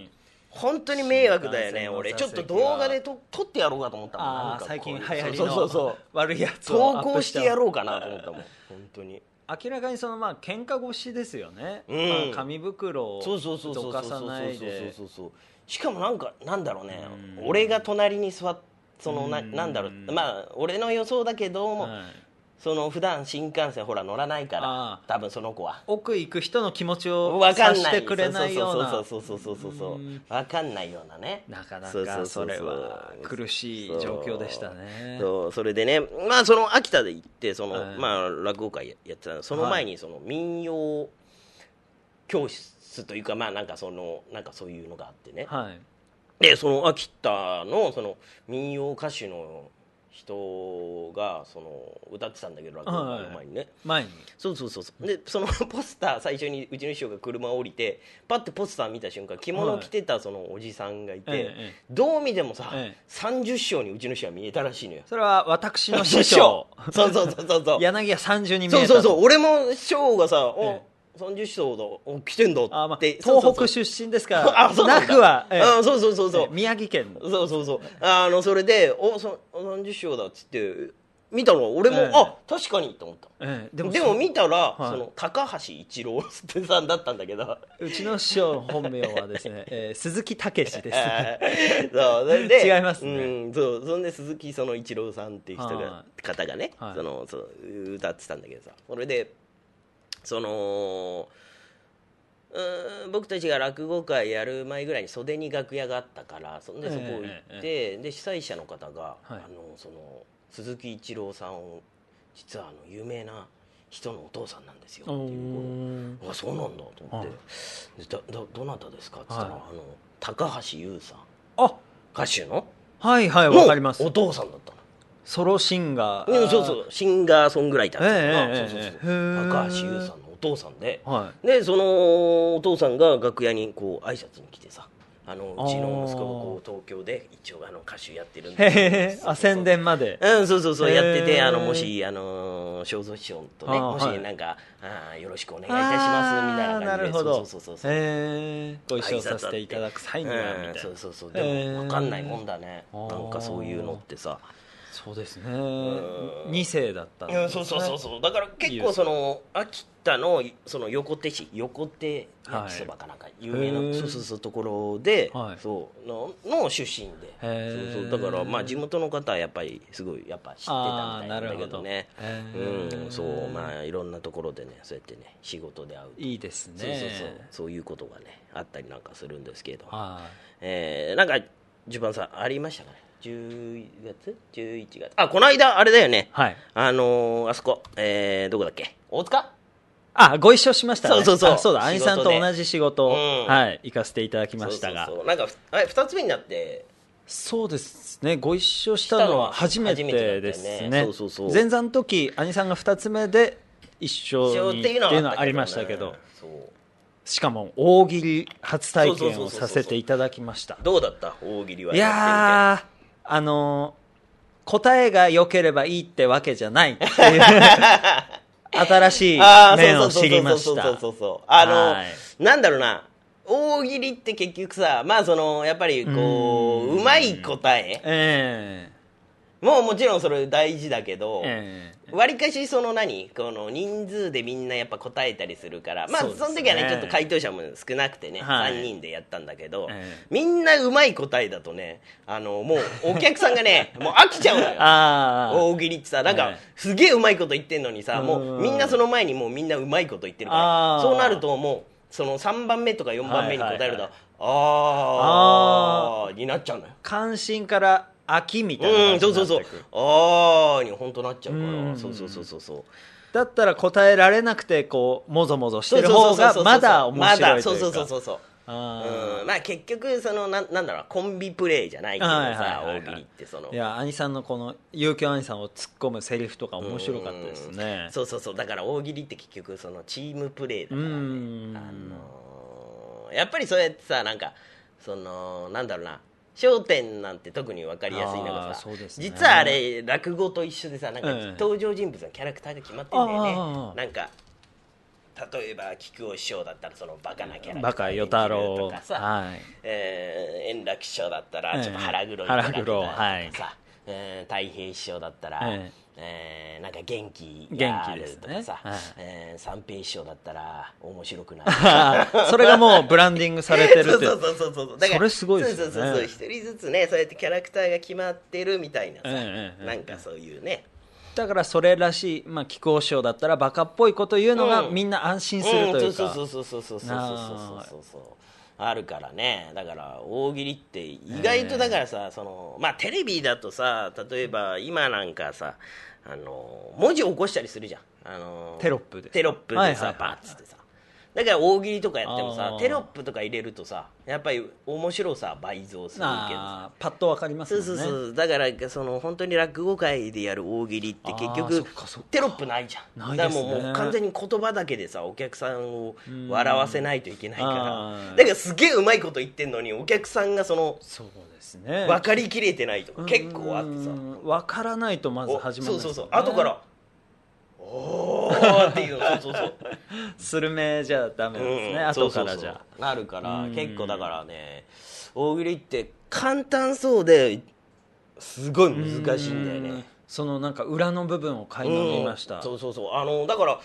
Speaker 1: 本当に迷惑だよね
Speaker 2: 新幹線の
Speaker 1: 俺
Speaker 2: 座
Speaker 1: ちょ
Speaker 2: 席
Speaker 1: っ
Speaker 2: は
Speaker 1: と動画でと撮ってやろうかと思ったもんな
Speaker 2: あ
Speaker 1: ん
Speaker 2: あ
Speaker 1: か
Speaker 2: 最近流
Speaker 1: こういう
Speaker 2: 行りの
Speaker 1: そう そう
Speaker 2: 悪いやつ
Speaker 1: そう
Speaker 2: を
Speaker 1: 投
Speaker 2: アッ
Speaker 1: 稿
Speaker 2: プし
Speaker 1: しててやろうかなと思ったもん本当に
Speaker 2: 明らかにそのまあ喧嘩腰ですよね、
Speaker 1: うん
Speaker 2: まあ、紙袋を
Speaker 1: そうそうそうそ
Speaker 2: ど
Speaker 1: うそ
Speaker 2: か
Speaker 1: うそ
Speaker 2: さ
Speaker 1: うそう
Speaker 2: ないで
Speaker 1: そうそうしかもなんかなんだろうね
Speaker 2: うん
Speaker 1: 俺が隣に座っそのな
Speaker 2: うん
Speaker 1: なんだろうまあ俺の予想だけども、
Speaker 2: はい
Speaker 1: その普段新幹線ほら乗らないか
Speaker 2: あ
Speaker 1: ら
Speaker 2: あ
Speaker 1: 多分その子は
Speaker 2: 奥行く人の気持ちを
Speaker 1: 分か
Speaker 2: 察
Speaker 1: んな
Speaker 2: し
Speaker 1: い
Speaker 2: てくれないような
Speaker 1: そうそうそうそうそうそうそう
Speaker 2: うん
Speaker 1: 分かんないようなね
Speaker 2: なかな
Speaker 1: そうそうそ
Speaker 2: かそう
Speaker 1: そう
Speaker 2: れは苦しい状況でしたね
Speaker 1: そうそれでねまあその秋田で行ってその、
Speaker 2: はい
Speaker 1: まあ落語会ややってたのその前にその民謡教室というかまあなんかそのなんかそういうのがあってね、
Speaker 2: はい
Speaker 1: でその秋田のその民謡歌手の人がその歌ってたんだけど落語会の前にね、
Speaker 2: 前に
Speaker 1: そうそうそうそうでその ポスター最初にうちの師匠が車を降りてパッてポスター見た瞬間着物着てたそのおじさんがいて、
Speaker 2: ええ
Speaker 1: どう見てもさ、
Speaker 2: ええ
Speaker 1: 30章にうちの師匠は見えたらしいのよ
Speaker 2: それは私の師匠
Speaker 1: そうそうそうそう そう
Speaker 2: 柳家三十に見
Speaker 1: そう
Speaker 2: えた
Speaker 1: そうそう俺も師匠がさ「
Speaker 2: え
Speaker 1: お30章だお来てんだ」って、
Speaker 2: あ、まあ、
Speaker 1: そうそう
Speaker 2: 東
Speaker 1: そう
Speaker 2: 北出身ですか
Speaker 1: あ
Speaker 2: ら
Speaker 1: そうなんだ
Speaker 2: なくは、ええ
Speaker 1: うんそうそうそうそう
Speaker 2: ええ宮城県
Speaker 1: そうそうそうあのそれで「おそ30章だ」っつって「見たら俺も、
Speaker 2: ええ
Speaker 1: あ確かにと思った
Speaker 2: ええ
Speaker 1: で
Speaker 2: で
Speaker 1: も
Speaker 2: も
Speaker 1: 見たら、
Speaker 2: はい
Speaker 1: その高橋一郎 さんだったんだけど、
Speaker 2: うちの師匠の本名はで すね、えー鈴木武史です、
Speaker 1: えー そうそれで
Speaker 2: 違いますね
Speaker 1: うん、そうそんで鈴木その一郎さんっていう人が
Speaker 2: は
Speaker 1: 方がね、
Speaker 2: はい
Speaker 1: そのそう歌ってたんだけどさそれでそのうーん僕たちが落語会やる前ぐらいに袖に楽屋があったからそんで
Speaker 2: ええ
Speaker 1: そこ行って、で主催者の方が、
Speaker 2: はい
Speaker 1: あのその鈴木一郎さんを実はあの有名な人のお父さんなんですよっていうことをあそうなんだと思って、
Speaker 2: は
Speaker 1: でだだどなたですかって言ったら、
Speaker 2: は
Speaker 1: あの高橋優さん
Speaker 2: あ
Speaker 1: 歌手の
Speaker 2: はいはい
Speaker 1: の
Speaker 2: わかります
Speaker 1: お父さんだった
Speaker 2: ソロシンガー
Speaker 1: のうんそうそうシンガーソングライターだったのかな
Speaker 2: ええええ
Speaker 1: そうそうそう
Speaker 2: ええへえ
Speaker 1: 高橋優さんのお父さんで
Speaker 2: は
Speaker 1: でそのお父さんが楽屋にこう挨拶に来てさあの
Speaker 2: あー
Speaker 1: うちの息子がこう東京で一応あの歌手やってるん
Speaker 2: い
Speaker 1: で
Speaker 2: へへへあ宣伝まで
Speaker 1: うん、そうそうそう、やって
Speaker 2: へ
Speaker 1: て、
Speaker 2: ー
Speaker 1: あの、もし、あのー、正蔵師匠とね、
Speaker 2: あー
Speaker 1: もし
Speaker 2: はい、
Speaker 1: なんか、あーよろしくお願いいたします、みたいな感じで。
Speaker 2: あーなるほど
Speaker 1: そうそうそうそう。
Speaker 2: えーご一緒させていただく際には
Speaker 1: う
Speaker 2: み
Speaker 1: ん
Speaker 2: たい
Speaker 1: そ
Speaker 2: な
Speaker 1: うそうそう
Speaker 2: へー
Speaker 1: でも分かんないもんだね
Speaker 2: あー
Speaker 1: なんかそういうのってさ
Speaker 2: そうですね
Speaker 1: ん
Speaker 2: 2世だったんですね
Speaker 1: そうそうそうそうだから結構その秋田のその横手市横手焼きそばかなんか有名
Speaker 2: へー
Speaker 1: なそうそうそうところで、
Speaker 2: はい
Speaker 1: そうのの出身で
Speaker 2: へー
Speaker 1: そうそうだからまあ地元の方はやっぱりすごいやっぱ知ってた
Speaker 2: あ
Speaker 1: み
Speaker 2: ー
Speaker 1: た
Speaker 2: な
Speaker 1: な
Speaker 2: いる
Speaker 1: んだ
Speaker 2: ほ
Speaker 1: け
Speaker 2: ど
Speaker 1: どね
Speaker 2: えー
Speaker 1: うんそうまあいろんなところでねそうやってね仕事で会うと
Speaker 2: いいです
Speaker 1: そうそうそう
Speaker 2: ね
Speaker 1: そういうことがねあったりなんかするんですけれども
Speaker 2: は
Speaker 1: えー、なんか順番さんありましたかね10月11月あこの間あれだよね
Speaker 2: いはい
Speaker 1: あのー、あそこえー、どこだっけ大塚
Speaker 2: あご一緒しましたね
Speaker 1: そうそうそう
Speaker 2: あそうだ兄さんと
Speaker 1: 仕事で
Speaker 2: 同じ仕事を
Speaker 1: うん
Speaker 2: はい行かせていただきましたが
Speaker 1: そうそうそうなんかふあれ2つ目になって
Speaker 2: そうですねご一緒したのは初めてです
Speaker 1: 初めてだったよね
Speaker 2: ね
Speaker 1: そうそうそう
Speaker 2: 前座の時兄さんが2つ目で一緒にっていうのはありましたけど
Speaker 1: そう
Speaker 2: しかも大喜利初体
Speaker 1: そうそう
Speaker 2: 験
Speaker 1: そう
Speaker 2: を
Speaker 1: そうそう
Speaker 2: させていただきました
Speaker 1: どうだった大喜利はい
Speaker 2: やーあのー答えが良ければいいってわけじゃないっ ていう新しい
Speaker 1: ああ
Speaker 2: 面を知りました
Speaker 1: そうそうそうそうそうそうあの、
Speaker 2: はい
Speaker 1: なんだろうな大喜利って結局さまあそのやっぱりこううまい答え
Speaker 2: え
Speaker 1: もうもちろんそれ大事だけど、
Speaker 2: えええ
Speaker 1: わりかしその何この人数でみんなやっぱ答えたりするからまあ
Speaker 2: そ
Speaker 1: そう
Speaker 2: ですね
Speaker 1: の時はねちょっと回答者も少なくてね、
Speaker 2: はい
Speaker 1: 3人でやったんだけど、
Speaker 2: ええ
Speaker 1: みんなうまい答えだとねあのもうお客さんが ねもう飽きちゃうのよ
Speaker 2: ああ
Speaker 1: 大喜利ってさなんか、
Speaker 2: ええ
Speaker 1: すげえうまいこと言ってんのにさも
Speaker 2: う
Speaker 1: うんみんなその前にもうみんなうまいこと言ってるか
Speaker 2: あ
Speaker 1: ら
Speaker 2: ー
Speaker 1: そうなるともうその3番目とか4番目に答えると、
Speaker 2: はいはいはい
Speaker 1: あーになっちゃうのよ。
Speaker 2: 関心から秋みたいな
Speaker 1: う
Speaker 2: 感
Speaker 1: ん、
Speaker 2: じ
Speaker 1: そう
Speaker 2: に
Speaker 1: そ
Speaker 2: な
Speaker 1: う
Speaker 2: って
Speaker 1: そう
Speaker 2: くる
Speaker 1: あーに本当なっちゃうから、
Speaker 2: うん
Speaker 1: そうそうそうそうそう
Speaker 2: だったら答えられなくてこうもぞもぞしてる方がまだ面白いというか
Speaker 1: まだそうそうそうそうそう
Speaker 2: あ
Speaker 1: うんまあ結局そのなんなんだろうコンビプレイじゃないけどさ、
Speaker 2: はいはいはいはい
Speaker 1: 大喜利ってその
Speaker 2: ーいや兄さんのこの有京兄さんを突っ込むセリフとか面白かったですね
Speaker 1: そうそうそうだから大喜利って結局そのチームプレイだ
Speaker 2: う
Speaker 1: から、ね
Speaker 2: ん
Speaker 1: あのーやっぱりそうやってさなんかそのなんだろうな『笑点』なんて特に分かりやすいの
Speaker 2: あ
Speaker 1: が
Speaker 2: ー
Speaker 1: さ、
Speaker 2: そうですね
Speaker 1: 実はあれ落語と一緒でさなんか
Speaker 2: ええ
Speaker 1: 登場人物のキャラクターが決まってんだよ
Speaker 2: あーあ
Speaker 1: ね
Speaker 2: ー。
Speaker 1: なんか例えば木久扇師匠だったらそのバカなキャラクター
Speaker 2: バカ
Speaker 1: 演じる
Speaker 2: 与太
Speaker 1: と
Speaker 2: 郎
Speaker 1: かさ、
Speaker 2: はい
Speaker 1: えー円楽師匠だったら
Speaker 2: ええ
Speaker 1: ちょっと腹黒いキャラクター
Speaker 2: 腹
Speaker 1: と
Speaker 2: 黒
Speaker 1: かさ、
Speaker 2: はい
Speaker 1: えー太平師匠だったら、え
Speaker 2: え
Speaker 1: ーなんか元気があるとかさ、
Speaker 2: 元気ですねはい
Speaker 1: えー三平師匠だったら面白くな る。
Speaker 2: あーそれがもうブランディングされてる
Speaker 1: そ
Speaker 2: っ
Speaker 1: う
Speaker 2: て
Speaker 1: そうそうそうそうだから
Speaker 2: それすごいですよね
Speaker 1: そうそうそうそう一人ずつねそうやってキャラクターが決まってるみたいなさ、
Speaker 2: ええええええ
Speaker 1: なんかそういうね
Speaker 2: だからそれらしい、まあ、気候症だったらバカっぽいこと言うのが、
Speaker 1: うん
Speaker 2: みんな安心するという
Speaker 1: う
Speaker 2: か、
Speaker 1: んそうそうそうそうそうそうそうそうそうそうあるからねだから大喜利って意外とだからさ、そのまあテレビだとさ例えば今なんかさあの文字起こしたりするじゃんあの
Speaker 2: テロップで
Speaker 1: テロップでさ、
Speaker 2: はいはいはい
Speaker 1: バッつってさだから大喜利とかやってもさ
Speaker 2: あー
Speaker 1: テロップとか入れるとさやっぱり面白さ倍増するけどさ
Speaker 2: あーパッとわかります
Speaker 1: そう
Speaker 2: も
Speaker 1: ん
Speaker 2: ね
Speaker 1: そうそう、だからその本当に落語界でやる大喜利って結
Speaker 2: あーそ
Speaker 1: 局
Speaker 2: っかそっか
Speaker 1: テロップないじゃん
Speaker 2: ないですね
Speaker 1: だからもうもう完全に言葉だけでさお客さんを笑わせないといけないか
Speaker 2: う
Speaker 1: ら
Speaker 2: ん
Speaker 1: だからすげえうまいこと言ってんのにお客さんがその
Speaker 2: そうですね
Speaker 1: 分かりきれてないとか結構あってさ
Speaker 2: うん分からないとまず
Speaker 1: お
Speaker 2: 始ま
Speaker 1: そ
Speaker 2: る
Speaker 1: うそうそう後から「おー」っていうのそうそうそう
Speaker 2: スルメじゃダメなんですね、
Speaker 1: うん
Speaker 2: 後からじ
Speaker 1: そ
Speaker 2: ゃ
Speaker 1: うそうそうなるから
Speaker 2: うん
Speaker 1: 結構だからね大喜利って簡単そうで。すごい難しいんだよ
Speaker 2: う
Speaker 1: ね
Speaker 2: そのなんか裏の部分を買い飲みました、
Speaker 1: うんそうそうそうあのだから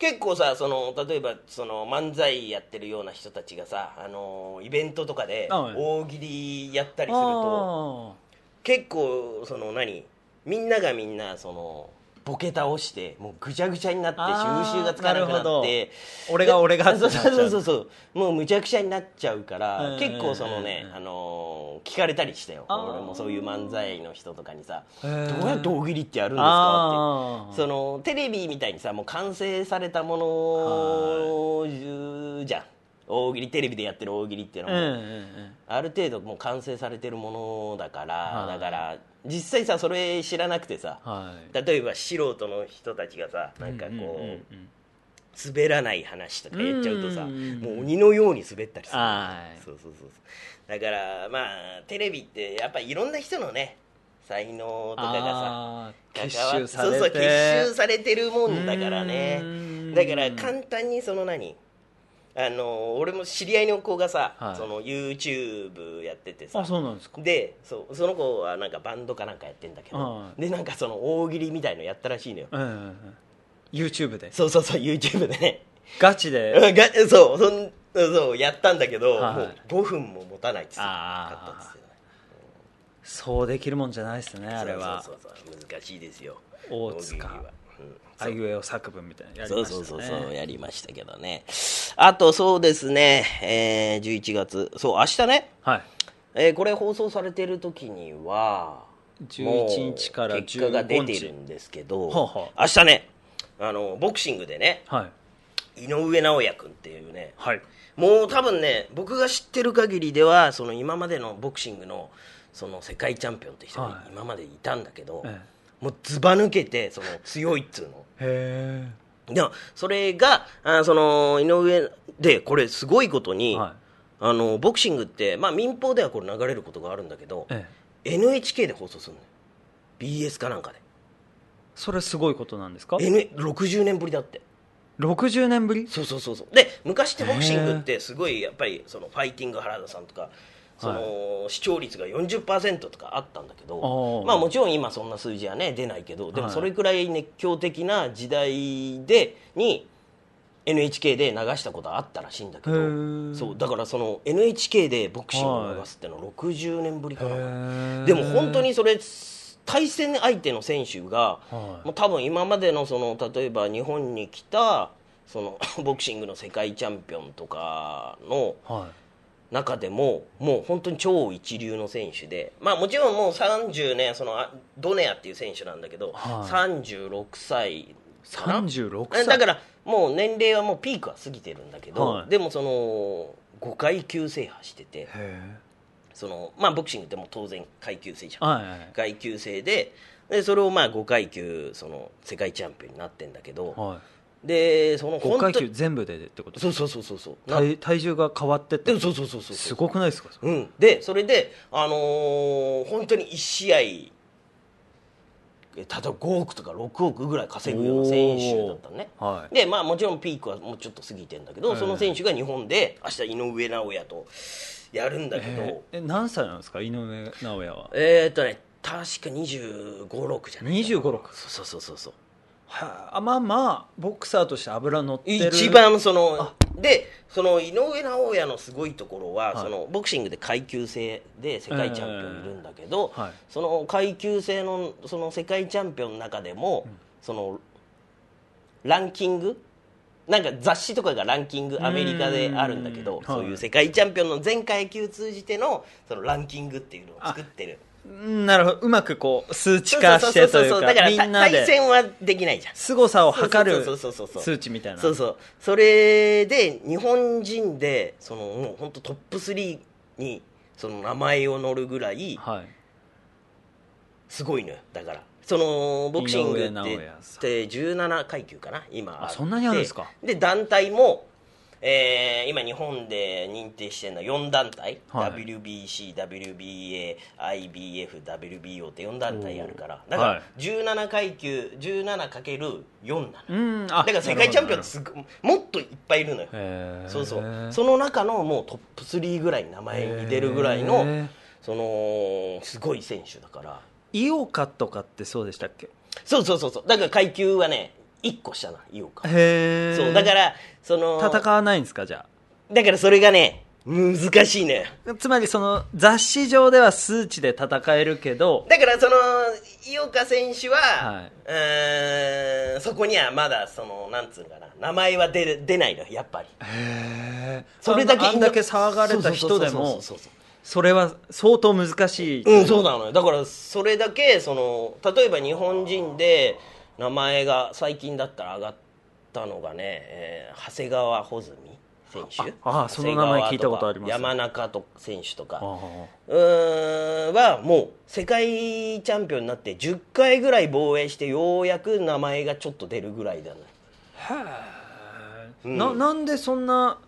Speaker 1: 結構さその例えばその漫才やってるような人たちがさあのイベントとかで
Speaker 2: はい
Speaker 1: 大喜利やったりすると
Speaker 2: あ
Speaker 1: 結構その何みんながみんなそのボケ倒してもうぐちゃぐちゃになって
Speaker 2: あー
Speaker 1: 収集がつかなく
Speaker 2: なる
Speaker 1: な
Speaker 2: ほ
Speaker 1: っ
Speaker 2: ど
Speaker 1: て
Speaker 2: ー俺が俺がっ
Speaker 1: そう
Speaker 2: てなっち
Speaker 1: そ
Speaker 2: ゃ
Speaker 1: うそうそうそうもうむちゃくちゃになっちゃうから、
Speaker 2: うん
Speaker 1: 結構そのね
Speaker 2: う、ん
Speaker 1: あのー聞かれたりしたよ
Speaker 2: あー
Speaker 1: 俺もそういう漫才の人とかにさ「
Speaker 2: へー
Speaker 1: どうやって大喜利ってやるんですか?」って。
Speaker 2: あー
Speaker 1: そのテレビみたいにさもう完成されたものじゃん大喜利テレビでやってる大喜利っていうの
Speaker 2: うん
Speaker 1: は
Speaker 2: う
Speaker 1: も
Speaker 2: ん
Speaker 1: う、
Speaker 2: うん
Speaker 1: ある程度もう完成されてるものだから、
Speaker 2: は
Speaker 1: だ
Speaker 2: い
Speaker 1: から実際さそれ知らなくてさ、
Speaker 2: はい
Speaker 1: 例えば素人の人たちがさなんかこう,、
Speaker 2: んんんん
Speaker 1: 滑らない話とかやっちゃうとさ、
Speaker 2: うんうんうん
Speaker 1: もう鬼のように滑ったりする、
Speaker 2: はい
Speaker 1: そうそうそうそうだからまあテレビってやっぱいろんな人のね才能とかがさ
Speaker 2: あー
Speaker 1: 関
Speaker 2: 結
Speaker 1: わ
Speaker 2: 集され
Speaker 1: そ
Speaker 2: て
Speaker 1: うそう結集されてるもんだからね
Speaker 2: うん
Speaker 1: だから簡単にその何あの俺も知り合いの子がさ、
Speaker 2: はい
Speaker 1: その YouTube やっててさ
Speaker 2: あそうなんですか
Speaker 1: でそうその子はなんかバンドかなんかやってんだけど、
Speaker 2: はい
Speaker 1: でなんかその大喜利みたいのやったらしいのよ、
Speaker 2: うんうんうん、YouTube で
Speaker 1: そうそうそう YouTube でね
Speaker 2: ガチで
Speaker 1: うんがそうそんそうやったんだけど、
Speaker 2: はい
Speaker 1: もう5分も持たないっつって
Speaker 2: あー
Speaker 1: 買ったっつってた
Speaker 2: そうできるもんじゃないですねあれは
Speaker 1: そうそうそう難しいですよ
Speaker 2: 大
Speaker 1: 大喜利
Speaker 2: 塚
Speaker 1: はうん
Speaker 2: あいうえお作文みたいなのやり
Speaker 1: そう
Speaker 2: ましたね
Speaker 1: そうそうそうやりましたけどねあとそうですね、えー、11月そう明日ね、
Speaker 2: はい
Speaker 1: えーこれ放送されてる時には
Speaker 2: 11日から
Speaker 1: もう結果が出てるんですけど、
Speaker 2: ほうほ
Speaker 1: 明日ねあのボクシングでね
Speaker 2: はい
Speaker 1: 井上尚弥君っていうね
Speaker 2: はい
Speaker 1: もう多分ね僕が知ってる限りではその今までのボクシングのその世界チャンピオンって人が
Speaker 2: はい
Speaker 1: 今までいたんだけど、
Speaker 2: え
Speaker 1: もうずば抜けてその強いっつうの。
Speaker 2: えへ
Speaker 1: でそれがあその井上でこれすごいこと
Speaker 2: え
Speaker 1: に、
Speaker 2: はい
Speaker 1: あのボクシングって、まあ、民放ではこれ流れることがあるんだけど
Speaker 2: ええ
Speaker 1: NHK で放送するのよ BS かなんかで
Speaker 2: それすごいことなんですか
Speaker 1: N- 60年ぶりだって
Speaker 2: 60年ぶり
Speaker 1: そうそうそうそうで昔ってボクシングってすごいやっぱりそのファイティング原田さんとかその、視聴率が40%とかあったんだけど
Speaker 2: おー
Speaker 1: まあもちろん今そんな数字はね出ないけどでも
Speaker 2: はい
Speaker 1: それくらい熱狂的な時代でに NHK で流したことあったらしいんだけ
Speaker 2: へ
Speaker 1: ど
Speaker 2: ー
Speaker 1: そうだからその NHK でボクシングを流すってのは60年ぶりかな、
Speaker 2: へえ
Speaker 1: でも本当にそれ対戦相手の選手が、
Speaker 2: はい
Speaker 1: もう多分今までのその例えば日本に来たその ボクシングの世界チャンピオンとかの
Speaker 2: は
Speaker 1: 中でももう本当に超一流の選手で、まあ、もちろんもう30ねそのあドネアっていう選手なんだけど、
Speaker 2: はい
Speaker 1: 36歳
Speaker 2: い
Speaker 1: かな
Speaker 2: 36
Speaker 1: えだ
Speaker 2: 歳
Speaker 1: からもう年齢はもうピークは過ぎてるんだけど、
Speaker 2: はい
Speaker 1: でもその5階級制覇してて
Speaker 2: へ
Speaker 1: その、まあ、ボクシングってもう当然階級制じゃん
Speaker 2: えはいはい
Speaker 1: 階級制ででそれをまあ5階級その世界チャンピオンになってんだけど、
Speaker 2: は
Speaker 1: でその
Speaker 2: い5
Speaker 1: 本
Speaker 2: 階
Speaker 1: 当
Speaker 2: 級
Speaker 1: に
Speaker 2: 全部でってこと
Speaker 1: そうそうそうそうそうな
Speaker 2: 体体重が変わってって
Speaker 1: でそうそうそうそう
Speaker 2: すごくないですかそれ
Speaker 1: うん、でそれであのー本当に1試合え例えば5億とか6億ぐらい稼ぐような選手だったのね
Speaker 2: おーはい
Speaker 1: でまあもちろんピークはもうちょっと過ぎてんだけど、
Speaker 2: うん
Speaker 1: その選手が日本で明日井上尚弥とやるんだけど、
Speaker 2: ええ何歳なんですか井上尚弥は
Speaker 1: えーっとね確か2 5六6じゃない
Speaker 2: 25 6
Speaker 1: そうそうそうそう
Speaker 2: はあまあまあボクサーとして油乗ってる
Speaker 1: 一番そのでその井上尚弥のすごいところは、
Speaker 2: はい
Speaker 1: そのボクシングで階級制で世界チャンピオンいるんだけど、
Speaker 2: はい
Speaker 1: その階級制のその世界チャンピオンの中でも、そのランキングなんか雑誌とかがランキングアメリカであるんだけど
Speaker 2: うん
Speaker 1: そうい
Speaker 2: は
Speaker 1: う
Speaker 2: い
Speaker 1: 世界チャンピオンの全階級通じてのそのランキングっていうのを作ってる
Speaker 2: うんなるほどうまくこう数値化してとい
Speaker 1: そうそ
Speaker 2: う
Speaker 1: うそうそうだか
Speaker 2: からみんな
Speaker 1: 対
Speaker 2: で
Speaker 1: 戦はできないじゃん
Speaker 2: 凄さを測る
Speaker 1: そうそうそうそうそう
Speaker 2: 数値みたいな
Speaker 1: そうそうそれで日本人でそのもう本当トップ3にその名前を乗るぐらい
Speaker 2: はい
Speaker 1: すごいのよだからそのボクシング
Speaker 2: 井
Speaker 1: っ
Speaker 2: 上尚
Speaker 1: て
Speaker 2: 弥さん
Speaker 1: で17階級かな今
Speaker 2: あそんなにあるんですか
Speaker 1: で団体も、えー今日本で認定してるのは4団体、
Speaker 2: はい
Speaker 1: WBC、WBA、IBF、WBO って4団体あるから
Speaker 2: おー
Speaker 1: だか
Speaker 2: は
Speaker 1: ら
Speaker 2: い
Speaker 1: 17階級 17×4 なの
Speaker 2: うんあ
Speaker 1: だから世界チャンピオンってすごもっといっぱいいるのよ
Speaker 2: へー
Speaker 1: そうそうその中のもうトップ3ぐらいに名前に出るぐらいの
Speaker 2: へー
Speaker 1: そのすごい選手だから
Speaker 2: 井岡とかってそうでしたっけ
Speaker 1: そうそうそうそうだから階級はね1個下な井岡
Speaker 2: へえ
Speaker 1: そうだからその
Speaker 2: 戦わないんですかじゃ
Speaker 1: だからそれがね難しいのよ
Speaker 2: あつまりその雑誌上では数値で戦えるけど
Speaker 1: だからその井岡選手は、
Speaker 2: はいう
Speaker 1: ーんそこにはまだそのなんつうんかな名前は出る出ないのやっぱり
Speaker 2: へえ
Speaker 1: それだけ
Speaker 2: あんだけ騒がれた人で
Speaker 1: そう
Speaker 2: も
Speaker 1: そうそうそう
Speaker 2: それは相当難しい
Speaker 1: うん、そうなのよだからそれだけその例えば日本人で名前が最近だったら上がったのがね、えー長谷川穂積選手
Speaker 2: ああその名前聞いたことあります
Speaker 1: 長谷川とか山中と選手と
Speaker 2: あ
Speaker 1: か
Speaker 2: ー
Speaker 1: うーんはもう世界チャンピオンになって10回ぐらい防衛してようやく名前がちょっと出るぐらいだねうん
Speaker 2: ななんでそんな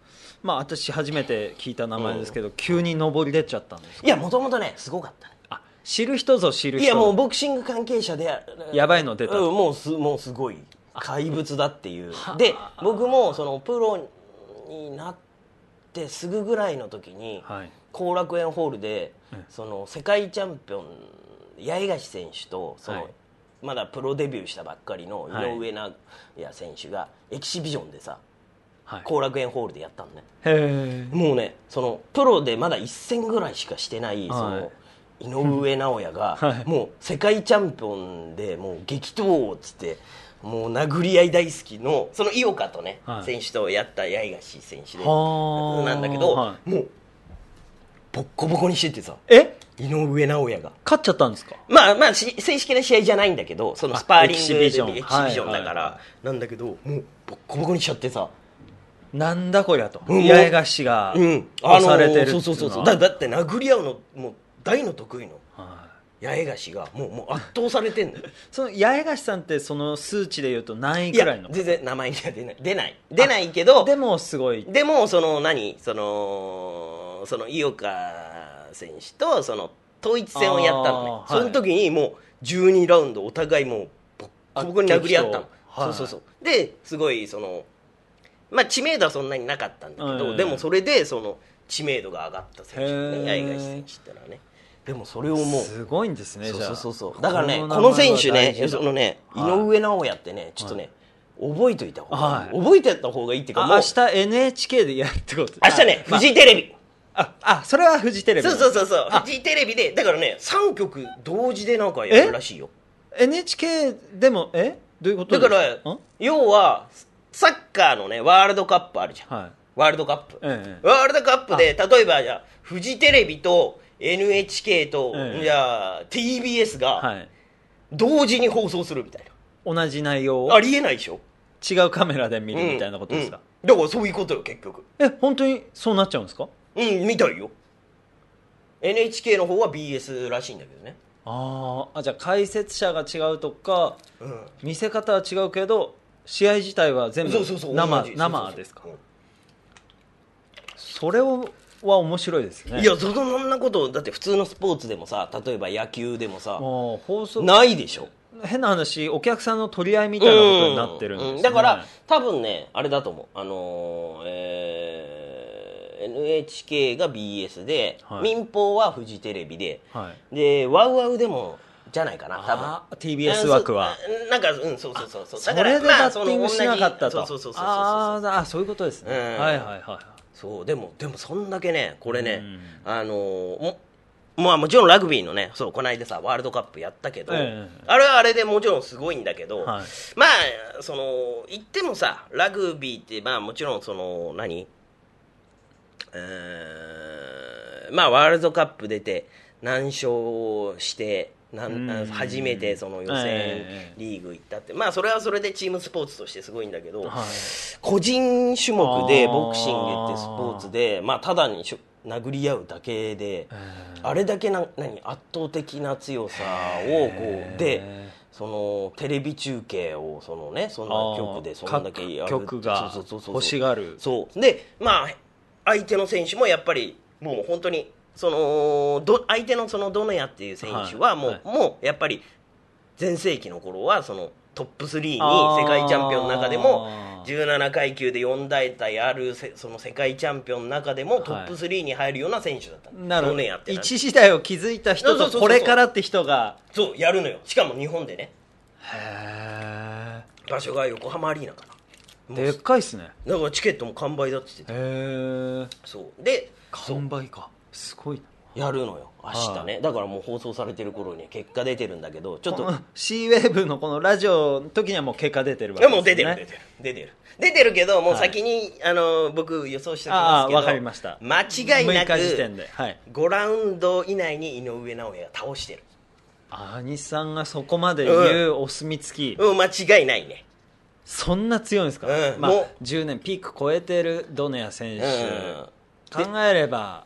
Speaker 2: まあ私初めて聞いた名前ですけど、急に上り出ちゃったんですか
Speaker 1: いやもともとねすごかったね
Speaker 2: あ知る人ぞ知る
Speaker 1: い
Speaker 2: 人
Speaker 1: やもうボクシング関係者で
Speaker 2: やばいの出た
Speaker 1: うん、もうすもうすごい怪物だっていうで僕もそのプロになってすぐぐらいの時に
Speaker 2: はい
Speaker 1: 後楽園ホールでその世界チャンピオン八重樫選手とその、
Speaker 2: はい
Speaker 1: まだプロデビューしたばっかりの井上尚弥選手がエキシビジョンでさ
Speaker 2: はい
Speaker 1: 後楽園ホールでやったのね
Speaker 2: へえ
Speaker 1: もうねそのプロでまだ1戦ぐらいしかしてない、
Speaker 2: は
Speaker 1: その井
Speaker 2: い
Speaker 1: 上尚弥が、
Speaker 2: はい
Speaker 1: もう世界チャンピオンでもう激闘をつってもう殴り合い大好きのその井岡とね、
Speaker 2: はい
Speaker 1: 選手とやった八重樫選手で
Speaker 2: はあ
Speaker 1: なんだけど、
Speaker 2: は
Speaker 1: もうボッコボコにしててさ
Speaker 2: え
Speaker 1: 井上尚弥が。
Speaker 2: 勝っちゃったんですか
Speaker 1: まあまあし正式な試合じゃないんだけどそのスパーリング
Speaker 2: あエキシ
Speaker 1: でエ
Speaker 2: ビ
Speaker 1: キ
Speaker 2: ジ
Speaker 1: シ
Speaker 2: ョン
Speaker 1: ビジョンだか
Speaker 2: はいはい
Speaker 1: らなんだけどもうボッコボコにしちゃってさ
Speaker 2: なんだこりゃと
Speaker 1: うん
Speaker 2: 八重樫が
Speaker 1: うん、
Speaker 2: 押されてるって
Speaker 1: そうう
Speaker 2: いのは
Speaker 1: そうそうそうだだって殴り合うのもう大の得意の
Speaker 2: は
Speaker 1: 八重樫がもうもう圧倒されてんのよ
Speaker 2: いその八重樫さんってその数値でいうと何位
Speaker 1: い
Speaker 2: くらい
Speaker 1: や
Speaker 2: の
Speaker 1: 全然名前には出ない出ない出ないけど
Speaker 2: で
Speaker 1: で
Speaker 2: もすごい
Speaker 1: もその何そのその井岡選手とその統一戦をやったのね、
Speaker 2: あー
Speaker 1: そ
Speaker 2: はい
Speaker 1: の時にもう12ラウンドお互いもうボッコボコに殴り合ったの、
Speaker 2: あ激闘はい
Speaker 1: そうそうそうですごいそのまあ知名度はそんなになかったんだけど、
Speaker 2: うん
Speaker 1: でもそれでその知名度が上がった選手ね八
Speaker 2: へー
Speaker 1: 重樫選手ってのはねでもそれをもう
Speaker 2: すごいんですね
Speaker 1: そう
Speaker 2: じゃあ
Speaker 1: そうそうそうだからねこ
Speaker 2: 名
Speaker 1: の選
Speaker 2: 前
Speaker 1: 手
Speaker 2: は大
Speaker 1: ね
Speaker 2: 事だ
Speaker 1: そのね、
Speaker 2: はい
Speaker 1: 井上尚弥ってねちょっとね、覚えといた方が、
Speaker 2: はい
Speaker 1: 覚えてた方がいいっていうか
Speaker 2: あ
Speaker 1: もう
Speaker 2: 明日 NHK でやるってこと
Speaker 1: 明日ね、
Speaker 2: あまあ
Speaker 1: フジテレビ
Speaker 2: ああそれはフジテレビ
Speaker 1: そうそうそうそうフジテレビでだからね3曲同時でなんかやるらしいよ
Speaker 2: NHK でもえどういうこと
Speaker 1: だ
Speaker 2: で
Speaker 1: か
Speaker 2: す
Speaker 1: ら
Speaker 2: ん
Speaker 1: 要はサッカーのねワールドカップあるじゃん、
Speaker 2: はい
Speaker 1: ワールドカップ、
Speaker 2: ええ
Speaker 1: ワールドカップで例えばじゃあフジテレビと NHK と、
Speaker 2: ええ
Speaker 1: じゃあ TBS
Speaker 2: は
Speaker 1: が
Speaker 2: い
Speaker 1: 同時に放送するみたい
Speaker 2: 同じ内容
Speaker 1: な、
Speaker 2: を
Speaker 1: ありえないでしょ
Speaker 2: 違うカメラで見るみたいなことですか、
Speaker 1: うんだからそういうことよ結局
Speaker 2: え本当にそうなっちゃうんですか
Speaker 1: うん見たいよ NHK の方は BS らしいんだけどね
Speaker 2: あーあじゃあ解説者が違うとか
Speaker 1: うん
Speaker 2: 見せ方は違うけど試合自体は全部
Speaker 1: そう
Speaker 2: 生
Speaker 1: そうそう同じ
Speaker 2: 生ですか
Speaker 1: そうそう
Speaker 2: それをは面白いです
Speaker 1: そう
Speaker 2: ね
Speaker 1: いやそそんなことだって普通のスポーツでもさ例えば野球でもさ
Speaker 2: もう放送
Speaker 1: ないでしょ
Speaker 2: 変な話お客さんの取り合いみたいなことになってるんです、ね
Speaker 1: うんだから多分ねあれだと思うあのーえー NHK が BS で、
Speaker 2: はい
Speaker 1: 民放はフジテレビで、
Speaker 2: はい
Speaker 1: でワウワウでもじゃないかな多分
Speaker 2: あー TBS 枠は
Speaker 1: うんなんかうんそうそうそうそう
Speaker 2: それで
Speaker 1: ま
Speaker 2: バ
Speaker 1: あ
Speaker 2: ッティングしなかったと、
Speaker 1: その同じそうそうそうそうそう
Speaker 2: あーあそういうことです
Speaker 1: う
Speaker 2: ね、
Speaker 1: ん
Speaker 2: はいはいは
Speaker 1: そうでもでもそんだけねこれね、
Speaker 2: うん
Speaker 1: あのーもまあもちろんラグビーのねそうこの間さワールドカップやったけど、
Speaker 2: ええ
Speaker 1: あれはあれでもちろんすごいんだけど、
Speaker 2: はい
Speaker 1: まあその言ってもさラグビーってまあもちろんその何えーまあワールドカップ出て何勝してな
Speaker 2: うんん
Speaker 1: 初めてその予
Speaker 2: え
Speaker 1: 選
Speaker 2: え
Speaker 1: リーグ行ったって、まあそれはそれでチームスポーツとしてすごいんだけど、
Speaker 2: いはい
Speaker 1: 個人種目で
Speaker 2: あー
Speaker 1: ボクシングってスポーツでまあ、ただにしょ殴り合うだけで、
Speaker 2: え
Speaker 1: あれだけな何圧倒的な強さをこうでそのテレビ中継をそのねそんな局でそんだけやる
Speaker 2: 各局が
Speaker 1: そうそうそうそう
Speaker 2: 欲しがる
Speaker 1: そうでまあ相手の選手もやっぱりもう本当にそのど相手のそのドネアっていう選手は
Speaker 2: はい
Speaker 1: もう,、
Speaker 2: はい
Speaker 1: もうやっぱり全盛期の頃はそのトップ3に
Speaker 2: あー
Speaker 1: 世界チャンピオンの中でも17階級で4大体あるせその世界チャンピオンの中でもトップ3に入るような選手だった、
Speaker 2: なる
Speaker 1: その
Speaker 2: ほど
Speaker 1: ねやってた
Speaker 2: 一時代を築いた人
Speaker 1: そうそうそうそ
Speaker 2: と
Speaker 1: う
Speaker 2: これからって人が
Speaker 1: そうやるのよしかも日本でね
Speaker 2: へ
Speaker 1: 場所が横浜アリーナか
Speaker 2: え
Speaker 1: らも
Speaker 2: でっ
Speaker 1: う
Speaker 2: かいっすね
Speaker 1: だからチケットも完売だって言ってた
Speaker 2: へえ
Speaker 1: そうでそう
Speaker 2: 完売かすごいな
Speaker 1: やるのよ明日ねだからもう放送されてる頃には結果出てるんだけどちょっ と
Speaker 2: この C ウェーブのこのラジオの時にはもう結果出てるわ
Speaker 1: いや
Speaker 2: けです
Speaker 1: も
Speaker 2: よ
Speaker 1: う
Speaker 2: ね
Speaker 1: 出てる出てる出てる出てるけどもう
Speaker 2: はい
Speaker 1: 先に、あの僕予想しておき
Speaker 2: あ
Speaker 1: ま
Speaker 2: あ
Speaker 1: すけど
Speaker 2: わかりました
Speaker 1: 間違いなく
Speaker 2: 6日時点ではい
Speaker 1: 5ラウンド以内に井上尚弥が倒してる
Speaker 2: あ日さんがそこまで言うお墨付き、
Speaker 1: うん間違いないね
Speaker 2: そんな強いんですか、
Speaker 1: うん
Speaker 2: まあ
Speaker 1: もう、
Speaker 2: 10年ピーク超えてるドネア選手、
Speaker 1: うん
Speaker 2: 考えれば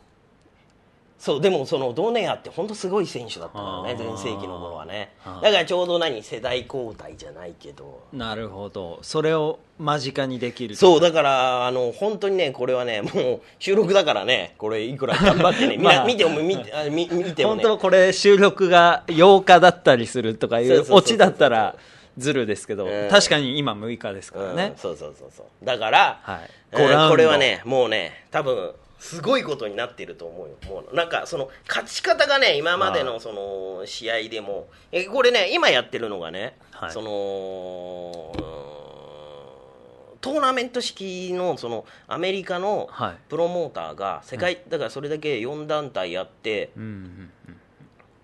Speaker 1: そうでもそのドネアって本当すごい選手だったからね
Speaker 2: あー
Speaker 1: 全盛期の頃はね
Speaker 2: あー
Speaker 1: だからちょうど何世代交代じゃないけど
Speaker 2: なるほどそれを間近にできる
Speaker 1: そうだからあの本当にねこれはねもう収録だからねこれいくら頑張ってね、みんな
Speaker 2: まあ
Speaker 1: 見ても見てあ見見ても
Speaker 2: 本
Speaker 1: ね
Speaker 2: 当これ収録が8日だったりするとかい
Speaker 1: そうそうそう
Speaker 2: う
Speaker 1: そう
Speaker 2: オチだったらずるですけど、
Speaker 1: うん
Speaker 2: 確かに今6日ですから
Speaker 1: ね
Speaker 2: ね、、
Speaker 1: そうそうそうそうだから、
Speaker 2: はい
Speaker 1: え
Speaker 2: 五ラウン
Speaker 1: ー
Speaker 2: ド
Speaker 1: これはねもうね多分すごいことになってると思うよもうなんかその勝ち方がね今まで
Speaker 2: は
Speaker 1: のその試合でもえこれね今やってるのがね、
Speaker 2: はい
Speaker 1: そのうーんトーナメント式のそのアメリカの
Speaker 2: はい
Speaker 1: プロモーターが世界、だからそれだけ4団体やって
Speaker 2: うんうんうん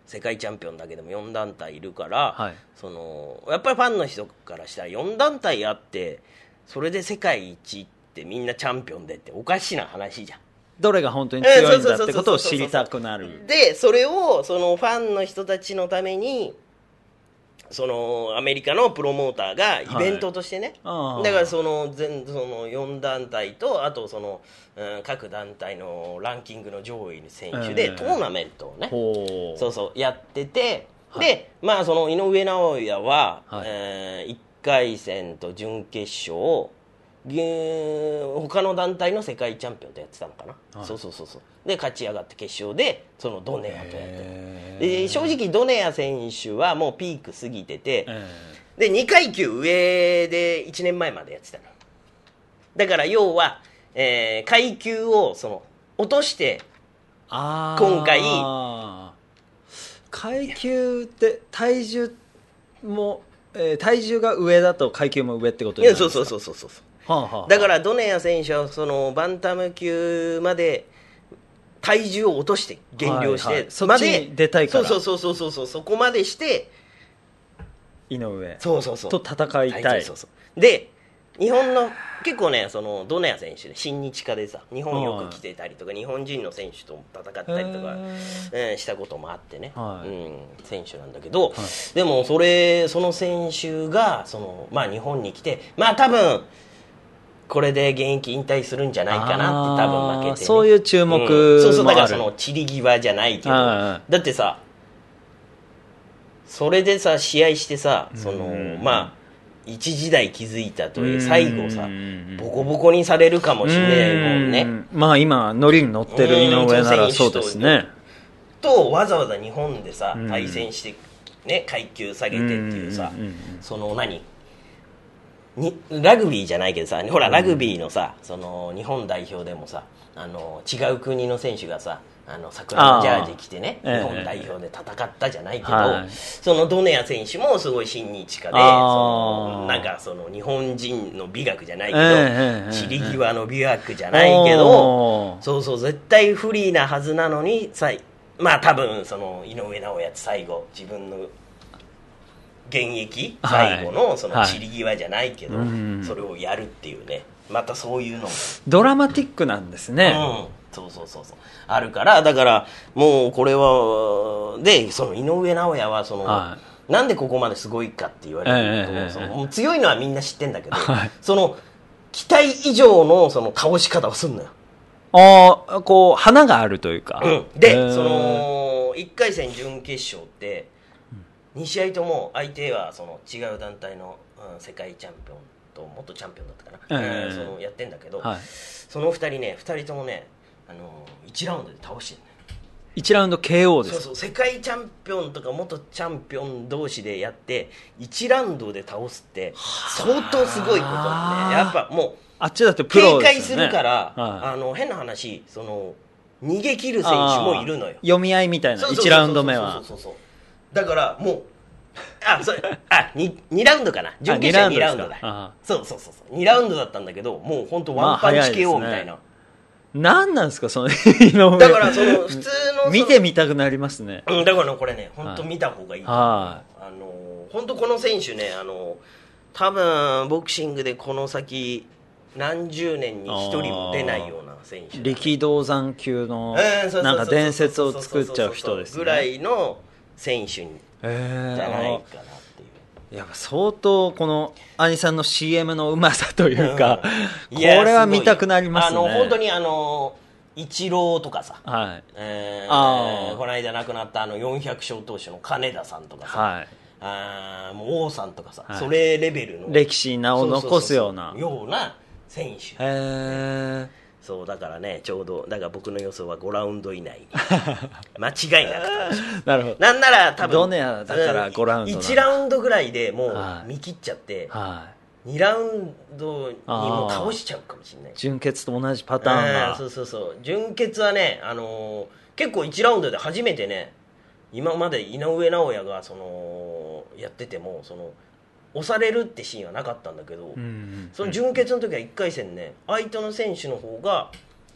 Speaker 1: 世界チャンピオンだけでも4団体いるから、
Speaker 2: はい
Speaker 1: そのやっぱりファンの人からしたら4団体あってそれで世界一ってみんなチャンピオンでっておかしな話じゃん。
Speaker 2: どれが本当に
Speaker 1: えー
Speaker 2: 強
Speaker 1: そ
Speaker 2: い
Speaker 1: うんそうそう
Speaker 2: だ
Speaker 1: そう
Speaker 2: ってことを知りたくなる
Speaker 1: でそれをそのファンの人たちのためにそのアメリカのプロモーターがイベントとしてね、
Speaker 2: ああ
Speaker 1: だからその全その4団体とあとその、うん各団体のランキングの上位の選手で、
Speaker 2: ええ
Speaker 1: トーナメントをね
Speaker 2: ほう
Speaker 1: そうそうやってて、
Speaker 2: はい
Speaker 1: でまあその井上尚弥は、
Speaker 2: はい
Speaker 1: え1回戦と準決勝ぎゅー他の団体の世界チャンピオンとやってたのかな、
Speaker 2: はい
Speaker 1: そうそうそうそうで勝ち上がって決勝でそのドネアとやって
Speaker 2: へー
Speaker 1: で正直ドネア選手はもうピーク過ぎてて、
Speaker 2: え
Speaker 1: で2階級上で1年前までやってたのだから要は、えー階級をその落として
Speaker 2: あ
Speaker 1: 今回
Speaker 2: ー階級って体重も、えー体重が上だと階級も上ってこと
Speaker 1: い
Speaker 2: に
Speaker 1: や
Speaker 2: なるん
Speaker 1: そ
Speaker 2: で
Speaker 1: う
Speaker 2: すか
Speaker 1: そうそうそうそう
Speaker 2: はあはあ
Speaker 1: だからドネア選手はそのバンタム級まで体重を落として減量して、
Speaker 2: はいはいそっち
Speaker 1: まで
Speaker 2: に出たいから
Speaker 1: そうそうそうそうそうそこまでして
Speaker 2: 井上
Speaker 1: そうそうそう
Speaker 2: と戦いたい
Speaker 1: そうそうで日本の結構ねそのドネア選手で親日家でさ日本よく来てたりとか、日本人の選手と戦ったりとか、
Speaker 2: へ
Speaker 1: えーしたこともあってね、
Speaker 2: はい
Speaker 1: うん、選手なんだけど、でもそれその選手がその、まあ、日本に来てまあ多分これで現役引退するんじゃないかなって
Speaker 2: あー
Speaker 1: 多分負けてね、
Speaker 2: そういう注目もある
Speaker 1: うんそうそうだからその散り際じゃないけど
Speaker 2: はいは
Speaker 1: だってさそれでさ試合してさその、
Speaker 2: うん
Speaker 1: まあ一時代築いたとはいえ最後さ
Speaker 2: うん
Speaker 1: ボコボコにされるかもしれないもんね。
Speaker 2: うんまあ今ノリに乗ってる井上な
Speaker 1: うん
Speaker 2: らそうですね
Speaker 1: とわざわざ日本でさ
Speaker 2: うん
Speaker 1: 対戦して、ね、階級下げてっていうさ、
Speaker 2: うんうんうん
Speaker 1: その何にラグビーじゃないけどさほらラグビーのさ、その日本代表でもさあの違う国の選手がさあの桜のジャージ着てね日
Speaker 2: あーええ
Speaker 1: 本代表で戦ったじゃないけど、
Speaker 2: はい
Speaker 1: そのドネア選手もすごい親日家でそ
Speaker 2: あー
Speaker 1: のなんかその日本人の美学じゃないけど
Speaker 2: ええええええ
Speaker 1: 散り際の美学じゃないけど。
Speaker 2: おー
Speaker 1: そうそう絶対フリーなはずなのにさいまあ多分その井上尚弥って最後自分の現役
Speaker 2: はい
Speaker 1: 最後のその
Speaker 2: はい
Speaker 1: 散り際じゃないけど、
Speaker 2: うん
Speaker 1: それをやるっていうねまたそういうのも、
Speaker 2: ドラマティックなんですね、
Speaker 1: うん、そうそうそうそうあるからだからもうこれはでその井上尚弥はその、
Speaker 2: は
Speaker 1: なんでここまですごいかって言われると、
Speaker 2: ええええええ
Speaker 1: そのもう強いのはみんな知ってんだけど、
Speaker 2: はい
Speaker 1: その期待以上のその倒し方をするのよ。
Speaker 2: ああこう花があるというか、
Speaker 1: うん、で、
Speaker 2: えー
Speaker 1: その1回戦準決勝って2試合とも相手はその違う団体の、うん世界チャンピオンと元チャンピオンだったかな、
Speaker 2: ええ
Speaker 1: うんそのやってんだけど、
Speaker 2: はい
Speaker 1: その2人ね2人ともね、あのー1ラウンドで倒してるね
Speaker 2: 一1ラウンド KO で
Speaker 1: そう
Speaker 2: す
Speaker 1: そう世界チャンピオンとか元チャンピオン同士でやって1ラウンドで倒すって相当すごいことだねやっぱも
Speaker 2: あっちだって
Speaker 1: う
Speaker 2: プロ
Speaker 1: 警
Speaker 2: ですよ、ね、
Speaker 1: 戒するから、
Speaker 2: はい
Speaker 1: あの変な話その逃げ切る選手もいるのよ
Speaker 2: あー読み合いみたいな
Speaker 1: そうそうそうそう
Speaker 2: 1ラウンド目は
Speaker 1: そうそうそうそうだからもう あそれあに 2, ラウンドかな準決勝2
Speaker 2: 二ラ
Speaker 1: ラ
Speaker 2: ウ
Speaker 1: ウ
Speaker 2: ン
Speaker 1: ンド
Speaker 2: ドで
Speaker 1: だ
Speaker 2: すかああ
Speaker 1: そうそうそうそう2ラウンドだったんだけどもう本当ワンパン
Speaker 2: まあ
Speaker 1: チ
Speaker 2: 早いですね
Speaker 1: KO みたいな、
Speaker 2: 何なんですかその井上
Speaker 1: だからその普通のその
Speaker 2: 見てみたくなりますね
Speaker 1: うん、だからねこれね、本当見た方がいい。
Speaker 2: は
Speaker 1: あの本当この選手ね、あの多分ボクシングでこの先何十年に一人も出ないような選手。
Speaker 2: い力道山級の
Speaker 1: うんそうそうそうそう
Speaker 2: なんか伝説を作っちゃう人ですね
Speaker 1: ぐらいの選手に
Speaker 2: え
Speaker 1: じゃないかなっていう。
Speaker 2: やっぱ相当この兄さんの CM のうまさというか、
Speaker 1: うん
Speaker 2: こ
Speaker 1: いや
Speaker 2: れは
Speaker 1: すごい
Speaker 2: 見たくなりますね
Speaker 1: あの本当にあの一郎とかさ。
Speaker 2: はい
Speaker 1: えー
Speaker 2: あー
Speaker 1: この間亡くなったあの400勝投手の金田さんとかさ、
Speaker 2: はい
Speaker 1: あーもう王さんとかさ、
Speaker 2: はい
Speaker 1: それレベルの
Speaker 2: 歴史に名を残すような
Speaker 1: そそそそような選手
Speaker 2: へえ
Speaker 1: そうだからねちょうどだから僕の予想は5ラウンド以 内に間違いなく楽し
Speaker 2: なるほど
Speaker 1: むなんなら多分
Speaker 2: ドネアだから5ラウンドなんだ
Speaker 1: 1ラウンドぐらいでも
Speaker 2: は
Speaker 1: う
Speaker 2: い
Speaker 1: 見切っちゃって、
Speaker 2: は
Speaker 1: 2ラウンドにもう倒しちゃうかもしれない
Speaker 2: い純血と同じパターン
Speaker 1: う
Speaker 2: が
Speaker 1: んそうそうそう純潔はね、あのー結構1ラウンドで初めてね今まで井上尚弥がそのやっててもその押されるってシーンはなかったんだけど、
Speaker 2: うんうん
Speaker 1: その準決の時は1回戦ね相手の選手の方が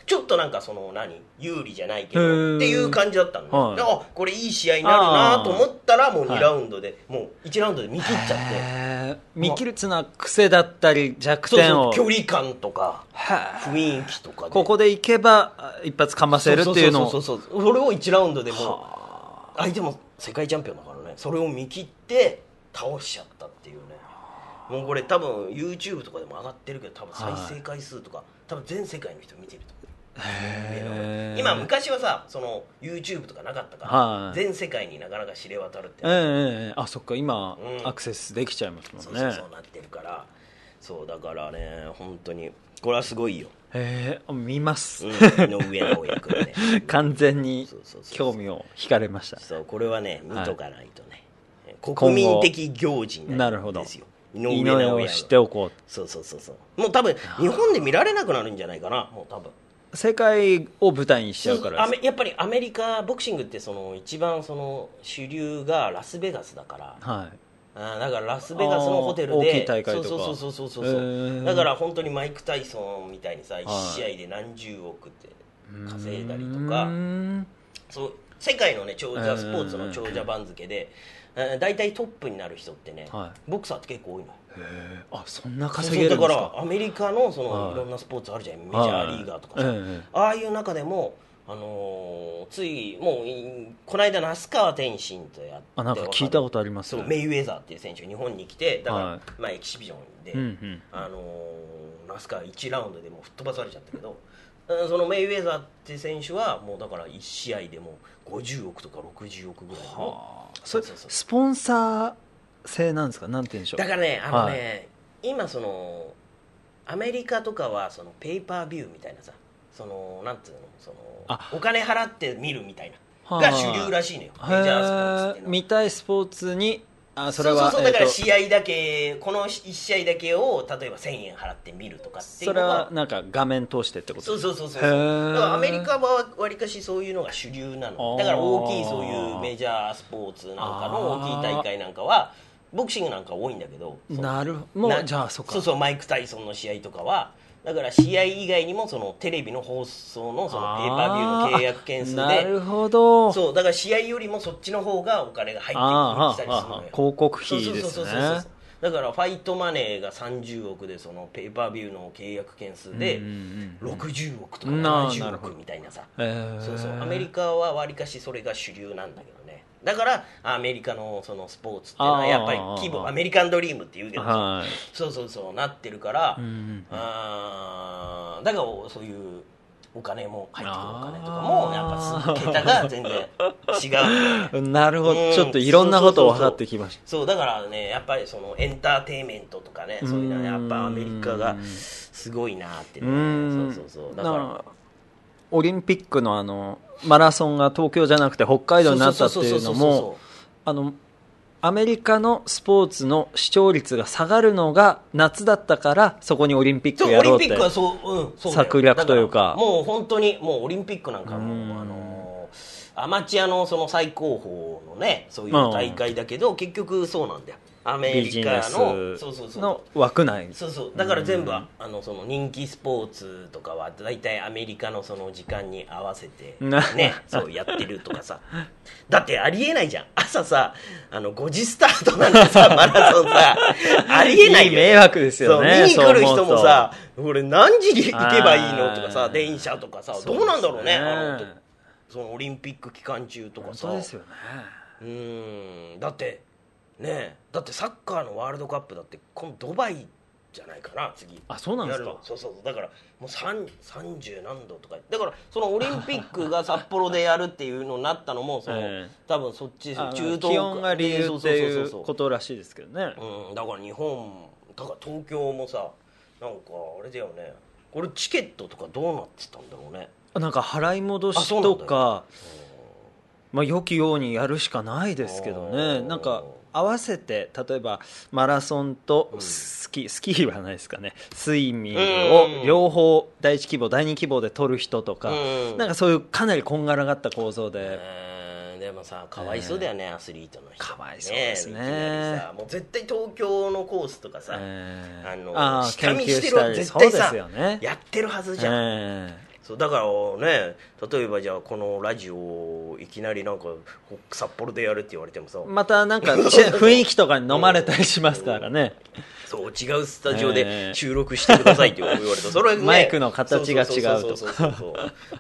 Speaker 1: ちょっとなんかその何有利じゃないけ
Speaker 2: へ
Speaker 1: ど
Speaker 2: ー
Speaker 1: っていう感じだったのね、
Speaker 2: はい
Speaker 1: であこれいい試合になるなと思ったらもう2ラウンドで、もう1ラウンドで見切っちゃって
Speaker 2: へー見切るっつうのは癖だったり弱
Speaker 1: そう
Speaker 2: 点
Speaker 1: そ
Speaker 2: を
Speaker 1: う距離感とか
Speaker 2: はあ
Speaker 1: 雰囲気とかで
Speaker 2: ここでいけばあ一発かませるっていうの
Speaker 1: そう
Speaker 2: を
Speaker 1: そうそうそうそれを1ラウンドでもう相手も世界チャンピオンだからねそれを見切って倒しちゃったっていうねもうこれ多分 YouTube とかでも上がってるけど多分再生回数とか、多分全世界の人見てると思
Speaker 2: へ
Speaker 1: う
Speaker 2: ー
Speaker 1: 今昔はさその YouTube とかなかったから、
Speaker 2: はい
Speaker 1: 全世界になかなか知れ渡るって
Speaker 2: ええええあそっか今
Speaker 1: うん
Speaker 2: アクセスできちゃいますも
Speaker 1: そう
Speaker 2: んね
Speaker 1: そうそうなってるからそうだからね本当にこれはすごいよ、
Speaker 2: へえ見ます
Speaker 1: うん、井上尚弥君ね
Speaker 2: 完全に
Speaker 1: そうそうそう
Speaker 2: 興味を惹かれました
Speaker 1: そうこれはね見とかないとね、
Speaker 2: 後
Speaker 1: 国民的行事にな
Speaker 2: なる
Speaker 1: る
Speaker 2: ほ
Speaker 1: ん
Speaker 2: ど
Speaker 1: ですよ
Speaker 2: 井上を知って
Speaker 1: は
Speaker 2: おこ
Speaker 1: そうそうそうそうもう多分日本で見られなくなるんじゃないかなもう多分
Speaker 2: う世界を舞台にしちゃうから
Speaker 1: アメやっぱりアメリカボクシングってその一番その主流がラスベガスだから
Speaker 2: はい
Speaker 1: あーだからラスベガスのホテルで
Speaker 2: あー大きい大会とか
Speaker 1: そうそうそうそうそう
Speaker 2: へ
Speaker 1: そう、
Speaker 2: ー
Speaker 1: だから本当にマイク・タイソンみたいにさ
Speaker 2: い
Speaker 1: 1試合で何十億って稼いだりとか
Speaker 2: うーん
Speaker 1: そう世界のね長
Speaker 2: う
Speaker 1: 者
Speaker 2: ん
Speaker 1: スポーツの長者番付で、えー、大体トップになる人ってね、
Speaker 2: は
Speaker 1: ボクサーって結構多いのよ
Speaker 2: へえあそんな稼げるんで
Speaker 1: そう
Speaker 2: す
Speaker 1: だ
Speaker 2: か
Speaker 1: からアメリカのその、
Speaker 2: はい
Speaker 1: い、ろんなスポーツあるじゃんメジャーリーガーとかさ、
Speaker 2: はいええ
Speaker 1: ああいう中でも、あのーついもういこの間那須川天心とやって
Speaker 2: あなんか聞いたことあります
Speaker 1: そ
Speaker 2: ね
Speaker 1: うメイウェザーっていう選手が日本に来てだから、
Speaker 2: はい
Speaker 1: まあ、エキシビションで、
Speaker 2: うんうん
Speaker 1: あのー那須川1ラウンドでもう吹っ飛ばされちゃったけど、うんそのメイウェザーって選手はもうだから1試合でもう50億とか60億ぐらいの
Speaker 2: はあそれ
Speaker 1: そうそうそう
Speaker 2: スポンサー制なんですかなんて言うんでしょう
Speaker 1: だからねあのね、今そのアメリカとかはそのペーパービューみたいなさそのなんていうのその
Speaker 2: あ
Speaker 1: お金払って見るみたいな
Speaker 2: はあ
Speaker 1: が主流らしいのよメジャースポーツっていうのは
Speaker 2: へえ見たいスポーツにあそ
Speaker 1: そ
Speaker 2: れは
Speaker 1: うそうそうだから
Speaker 2: えーと
Speaker 1: 試合だけこの1試合だけを例えば1000円払って見るとかっていう
Speaker 2: そ
Speaker 1: の
Speaker 2: れ
Speaker 1: が
Speaker 2: はなんか画面通してってこと
Speaker 1: そうそうそうそう
Speaker 2: へ
Speaker 1: だか
Speaker 2: ー
Speaker 1: らアメリカはわりかしそういうのが主流な
Speaker 2: あ
Speaker 1: の
Speaker 2: ー
Speaker 1: だから大きいそういうメジャースポーツなんかの大きい大会なんかはボクシングなんか多いんだけどその
Speaker 2: なるも
Speaker 1: な
Speaker 2: うじゃあそっか
Speaker 1: そうそうマイク・タイソンの試合とかはだから試合以外にもそのテレビの放送のそのペーパービューの契約件数
Speaker 2: あーな
Speaker 1: で
Speaker 2: るほど
Speaker 1: そうだから試合よりもそっちの方がお金が入
Speaker 2: あ
Speaker 1: ってきたり
Speaker 2: ーは
Speaker 1: す
Speaker 2: あ
Speaker 1: る
Speaker 2: はあ
Speaker 1: のよ
Speaker 2: 広告費で
Speaker 1: そ
Speaker 2: す
Speaker 1: うそうそうそう
Speaker 2: ね
Speaker 1: そうだからファイトマネーが30億でそのペーパービューの契約件数で
Speaker 2: うんうんうん
Speaker 1: 60億とか
Speaker 2: ななる
Speaker 1: 70
Speaker 2: ほど
Speaker 1: 億みたいなさ
Speaker 2: へー
Speaker 1: そうそうアメリカはわりかしそれが主流なんだけどねだからアメリカのそのスポーツっていうのはやっぱり規
Speaker 2: あーあーあ
Speaker 1: 模
Speaker 2: ー
Speaker 1: アメリカンドリームっていうけどさ
Speaker 2: はい
Speaker 1: そうそうそうなってるから、
Speaker 2: うんうん
Speaker 1: あーだからおそういうお金も入ってくるお金とか
Speaker 2: あ
Speaker 1: も
Speaker 2: ー
Speaker 1: やっぱす桁が全然違うんだよね
Speaker 2: なるほ
Speaker 1: う
Speaker 2: ど
Speaker 1: ん
Speaker 2: ちょっといろんなことを分かってきまし
Speaker 1: そうだからねやっぱりそのエンターテインメントとかねそういうのはやっぱアメリカがすごいなって
Speaker 2: た
Speaker 1: ね
Speaker 2: うーん
Speaker 1: そうそうそうだ
Speaker 2: だか
Speaker 1: から
Speaker 2: らオリンピックのあのマラソンが東京じゃなくて北海道になったって
Speaker 1: そう
Speaker 2: い
Speaker 1: そう
Speaker 2: う
Speaker 1: そ
Speaker 2: の
Speaker 1: うそうそう
Speaker 2: もあのアメリカのスポーツの視聴率が下がるのが夏だったからそこにオリンピッ
Speaker 1: そ
Speaker 2: ク
Speaker 1: うオ
Speaker 2: や
Speaker 1: リ
Speaker 2: ろ
Speaker 1: ン
Speaker 2: うっ
Speaker 1: ピ
Speaker 2: て
Speaker 1: ックはそう、うん、そうだよ
Speaker 2: 策略というか
Speaker 1: だらもう本当にもうオリンピックなんかもうあのアマチュアのその最高峰のねそういう大会だけど、結局そうなんだよアメ
Speaker 2: ビジ
Speaker 1: リカ
Speaker 2: ネ
Speaker 1: のそうそう
Speaker 2: ス
Speaker 1: そう
Speaker 2: の枠内
Speaker 1: そうそうだから全部、あのその人気スポーツとかは大体アメリカのその時間に合わせて
Speaker 2: な
Speaker 1: ねそうやってるとかさだってありえないじゃん朝さあの5時スタートなんて さマラソンさありえないよ
Speaker 2: いい迷惑ですよね
Speaker 1: そう見に来
Speaker 2: そう
Speaker 1: る
Speaker 2: 思
Speaker 1: 人
Speaker 2: うと
Speaker 1: もさ俺何時に行けばいいのとか
Speaker 2: あ
Speaker 1: さ
Speaker 2: ー
Speaker 1: 電車とかさ
Speaker 2: そう
Speaker 1: ど
Speaker 2: ですね
Speaker 1: うなんだろうねあのそのオリンピック期間中とか
Speaker 2: 本
Speaker 1: さ
Speaker 2: 当ですよね
Speaker 1: うーんだってねえだってサッカーのワールドカップだって今度ドバイじゃないかな次
Speaker 2: あそうなんです
Speaker 1: や
Speaker 2: か
Speaker 1: るのそうそうそうだからもう3 30何度とかだからそのオリンピックが札幌でやるっていうのになったのもその、
Speaker 2: ええ
Speaker 1: 多分そっち
Speaker 2: あ
Speaker 1: 中東
Speaker 2: 気温が理由って
Speaker 1: そ
Speaker 2: いう
Speaker 1: そうそそ
Speaker 2: ことらしいですけどね
Speaker 1: うん、だから日本だから東京もさなんかあれだよねこれチケットとかどうなってたんだろうね
Speaker 2: なんか払い戻
Speaker 1: あ
Speaker 2: し
Speaker 1: そうなんだ
Speaker 2: と
Speaker 1: よ
Speaker 2: かまあ、良きようにやるしかないですけど
Speaker 1: お
Speaker 2: ね
Speaker 1: ー
Speaker 2: なんか合わせて例えばマラソンとスキー、スキーはないですかねスイミング
Speaker 1: う
Speaker 2: を
Speaker 1: ん
Speaker 2: 両方第一希望第二希望で取る人とか、
Speaker 1: うん
Speaker 2: なんかそういうかなりこんがらがった構造で、
Speaker 1: えーでもさかわいそうだよね、アスリートの人
Speaker 2: かわいそうですね
Speaker 1: いきなりさもう絶対東京のコースとかさ、
Speaker 2: えー
Speaker 1: あの
Speaker 2: ー
Speaker 1: 下見してる
Speaker 2: た
Speaker 1: わ
Speaker 2: り
Speaker 1: 絶
Speaker 2: そうで
Speaker 1: 対さ
Speaker 2: すよね
Speaker 1: やってるはずじゃん、
Speaker 2: え
Speaker 1: そうだからね例えばじゃあこのラジオをいきなりなんかほ札幌でやるって言われてもさ、
Speaker 2: ーまたなんか ち雰囲気とかに飲まれたりしますからね、
Speaker 1: そう違うスタジオ
Speaker 2: え
Speaker 1: で
Speaker 2: ー
Speaker 1: 収録してくださいって言われた、それはね
Speaker 2: マイクの形が違うと
Speaker 1: そうそうそうそ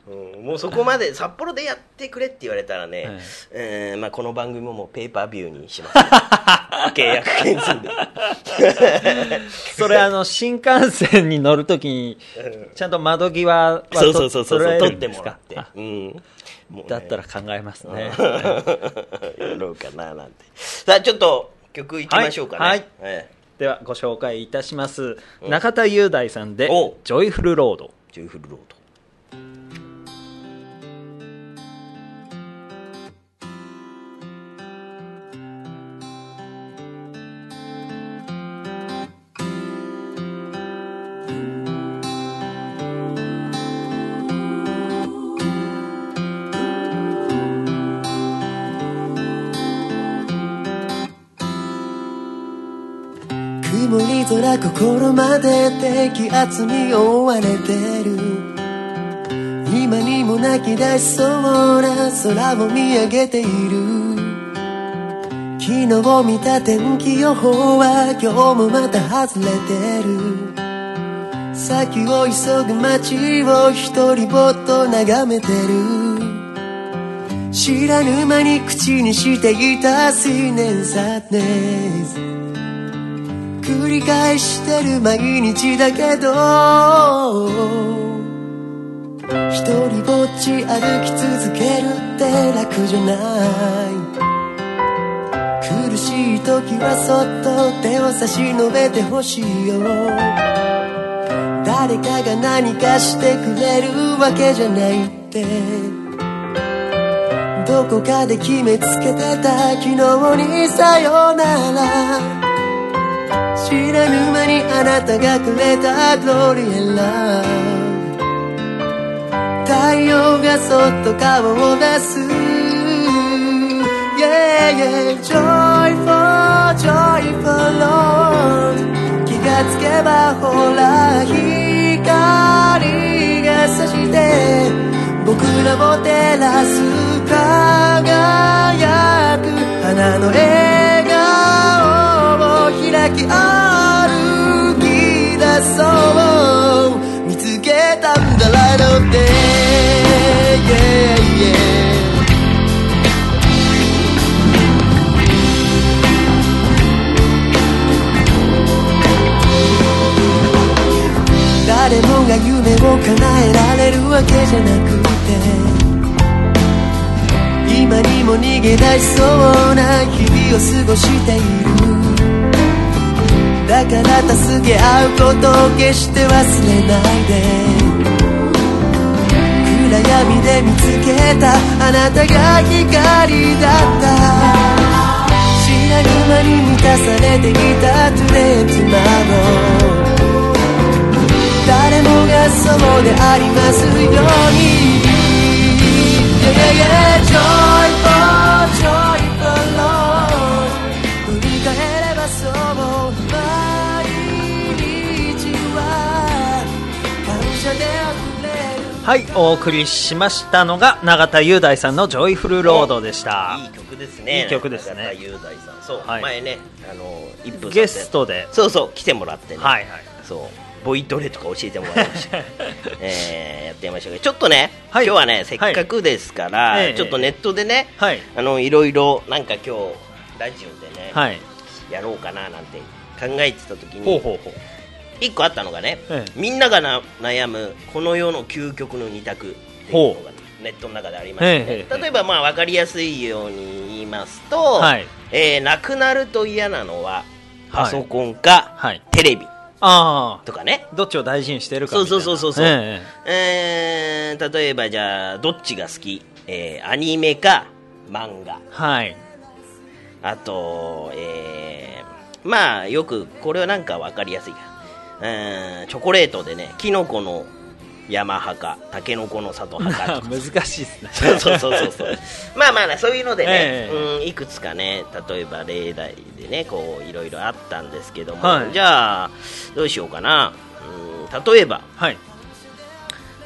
Speaker 1: ううんもうそこまで札幌でやってくれって言われたらね、
Speaker 2: はい
Speaker 1: えーまあ、この番組ももうペーパービューにします 契約件数で
Speaker 2: それあの新幹線に乗るときにちゃんと窓際はと
Speaker 1: そうそうそうそう
Speaker 2: 捉え
Speaker 1: そう
Speaker 2: る
Speaker 1: 取っ
Speaker 2: ん
Speaker 1: て
Speaker 2: です
Speaker 1: もらっ
Speaker 2: か
Speaker 1: て
Speaker 2: あ、
Speaker 1: うん、もうね
Speaker 2: だったら考えます
Speaker 1: や
Speaker 2: ね。
Speaker 1: ろうかななんてさあちょっと曲いきましょうかね
Speaker 2: はいはい
Speaker 1: ええ
Speaker 2: ではご紹介いたします。中田雄大さんで
Speaker 1: お、
Speaker 2: ジョイフルロード。
Speaker 1: ジョイフルロード
Speaker 3: 曇り空心まで低気圧に覆われてる今にも泣き出しそうな空を見上げている昨日見た天気予報は今日もまた外れてる先を急ぐ街を一人ぼっと眺めてる知らぬ間に口にしていた水年殺年繰り返してる毎日だけど一人ぼっち歩き続けるって楽じゃない苦しい時はそっと手を差し伸べてほしいよ誰かが何かしてくれるわけじゃないってどこかで決めつけてた昨日にさよなら知らぬ間にあなたがくれたロリエラ太陽がそっと顔を出す Yeah, yeah, joyful, joyful Lord 気がつけばほら光が差して僕らを照らす輝く花の笑顔を開き歩き出そう見つけたんだらので yeah, yeah. 誰もが夢を叶えられるわけじゃなくて今にも逃げ出しそうな日々を過ごしているだから助け合うことを決して忘れないで暗悩みで見つけたあなたが光だった知らぬ間に満たされていたトゥデイトゥマロ誰もがそうでありますように Yeah, yeah, yeah, joyful, joyful Lord 振り返ればそう毎日は感謝で溢れる
Speaker 2: はい、お送りしましたのが永田雄大さんの「ジョイフルロード」でした
Speaker 1: いい曲ですね
Speaker 2: いい曲ですね
Speaker 1: 中田雄大さんそう、
Speaker 2: はい
Speaker 1: 前ねあの一分
Speaker 2: ゲストで
Speaker 1: そうそう来てもらってね、
Speaker 2: はいはい
Speaker 1: そうボイトレとか教えてもらいました、えーやってみましたけどちょっとね、
Speaker 2: はい
Speaker 1: 今日はねせっかくですから、
Speaker 2: はいええ
Speaker 1: ちょっとネットでね、
Speaker 2: はい
Speaker 1: あのいろいろなんか今日ラジオでね、
Speaker 2: はい
Speaker 1: やろうかななんて考えてた時
Speaker 2: ほう
Speaker 1: に
Speaker 2: ほうほう
Speaker 1: 一個あったのがね、
Speaker 2: ええ
Speaker 1: みんながな悩むこの世の究極の二択っていうのがネットの中でありまして、ね
Speaker 2: ええ
Speaker 1: 例えばまあ分かりやすいように言いますと、
Speaker 2: はい
Speaker 1: えーなくなると嫌なのはパソコンか、
Speaker 2: はい
Speaker 1: テレビ
Speaker 2: あ
Speaker 1: とかね、
Speaker 2: あどっちを大事にしてるか
Speaker 1: そ
Speaker 2: み
Speaker 1: う
Speaker 2: たい
Speaker 1: そう
Speaker 2: な
Speaker 1: そうそうそう、
Speaker 2: え
Speaker 1: えー例えばじゃあどっちが好き、えーアニメか漫画
Speaker 2: えはい
Speaker 1: あと、えーまあよくこれはなんか分かりやすいからうんチョコレートでねキノコの山派かたけのこの里派かとか
Speaker 2: 難しいですね
Speaker 1: そうそうそうそうそうまあまあねそういうのでね、
Speaker 2: ええ
Speaker 1: うんいくつかね例えば例題でねこういろいろあったんですけども、
Speaker 2: はい
Speaker 1: じゃあどうしようかなうん例えば
Speaker 2: はい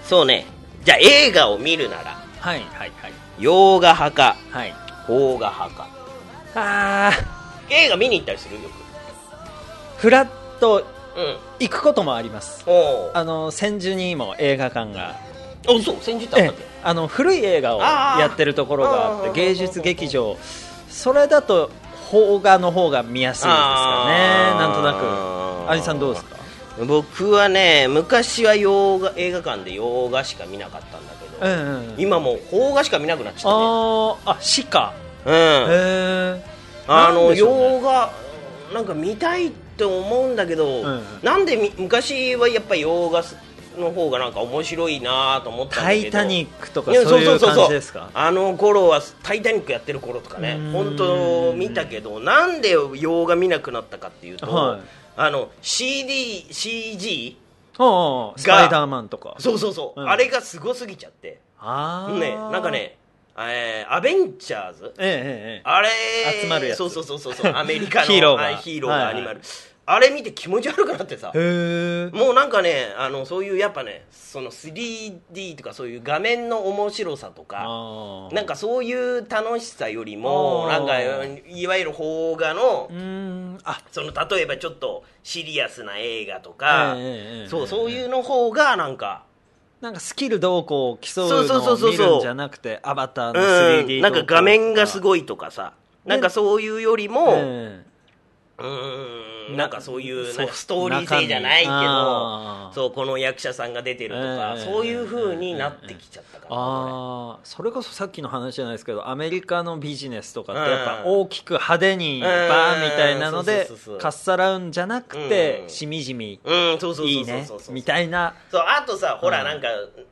Speaker 1: そうねじゃあ映画を見るなら
Speaker 2: はいはいはい
Speaker 1: 洋画派か
Speaker 2: はい
Speaker 1: 邦画派か
Speaker 2: あ
Speaker 1: 映画見に行ったりするよ
Speaker 2: ーフラッと
Speaker 1: くうん
Speaker 2: 行くこともあります
Speaker 1: おー
Speaker 2: あの千住にも映画館が
Speaker 1: おそう先日あったっけ
Speaker 2: ええあの古い映画をやってるところがあ
Speaker 1: あ
Speaker 2: っ
Speaker 1: ー
Speaker 2: て芸術劇場それだと邦画の方が見やすいですかね
Speaker 1: あー
Speaker 2: なんとなく兄さんどうですか
Speaker 1: 僕はね昔は洋画映画館で洋画しか見なかったんだけ
Speaker 2: う
Speaker 1: ど、
Speaker 2: んうんうん
Speaker 1: 今もう邦画しか見なくなっちゃっ
Speaker 2: あーあしか
Speaker 1: たねうん
Speaker 2: へえ
Speaker 1: あ
Speaker 2: なん
Speaker 1: の
Speaker 2: でしょうね
Speaker 1: 洋画なんか見たいと思うんだけど、
Speaker 2: うん
Speaker 1: なんでみ昔はやっぱ洋画の方がなんか面白いなと思ったんだ
Speaker 2: タ
Speaker 1: けど
Speaker 2: イタニックとか
Speaker 1: いや
Speaker 2: そういう
Speaker 1: そ
Speaker 2: 感
Speaker 1: そ
Speaker 2: じですか
Speaker 1: あの頃は「タイタニック」やってる頃とかね
Speaker 2: うん
Speaker 1: 本当見たけどなんで洋画見なくなったかっていうと、
Speaker 2: はい
Speaker 1: あの CDCG
Speaker 2: おうおうスパイダーマンとか
Speaker 1: そうそうそう、
Speaker 2: うん
Speaker 1: あれがすごすぎちゃって
Speaker 2: ああ
Speaker 1: ねなんかね、えーアベンジャーズ
Speaker 2: ええええ
Speaker 1: あれ
Speaker 2: 集まるやつ
Speaker 1: そうそうそうそう そうアメリカの
Speaker 2: ヒーローが
Speaker 1: あヒーローがアニマ
Speaker 2: はい
Speaker 1: ル、あれ見て気持ち悪くなってさ
Speaker 2: ええへえ
Speaker 1: もうなんかねあのそういうやっぱねその 3D とかそういう画面の面白さとか
Speaker 2: あー
Speaker 1: なんかそういう楽しさよりもな
Speaker 2: あー
Speaker 1: んかいわゆる邦画の
Speaker 2: うーんあ
Speaker 1: その例えばちょっとシリアスな映画とか、
Speaker 2: ええええええ
Speaker 1: そうそういうの方がなんか
Speaker 2: なんかスキルどうこう競う
Speaker 1: そうそう
Speaker 2: の
Speaker 1: そう
Speaker 2: を
Speaker 1: そう
Speaker 2: 見るんじゃなくてアバターの 3D
Speaker 1: うんなんか画面がす
Speaker 2: い
Speaker 1: ごいとかさなんかそういうよりも、うーんなんかそういうなんかストーリー性じゃないけど
Speaker 2: あー
Speaker 1: そうこの役者さんが出てるとか、
Speaker 2: ええ
Speaker 1: そういう風になってきちゃったから、
Speaker 2: あーそれこそさっきの話じゃないですけどアメリカのビジネスとかって
Speaker 1: うん
Speaker 2: やっぱ大きく派手にバーンみたいなので
Speaker 1: うんそうそうそうそう
Speaker 2: かっさらうんじゃなくて
Speaker 1: うん
Speaker 2: しみじみ
Speaker 1: 俺うんそうそう
Speaker 2: い
Speaker 1: そう
Speaker 2: い
Speaker 1: そうそ
Speaker 2: ね
Speaker 1: うそう
Speaker 2: みたいな
Speaker 1: そうあとさほ
Speaker 2: う
Speaker 1: ら
Speaker 2: ん
Speaker 1: なんか、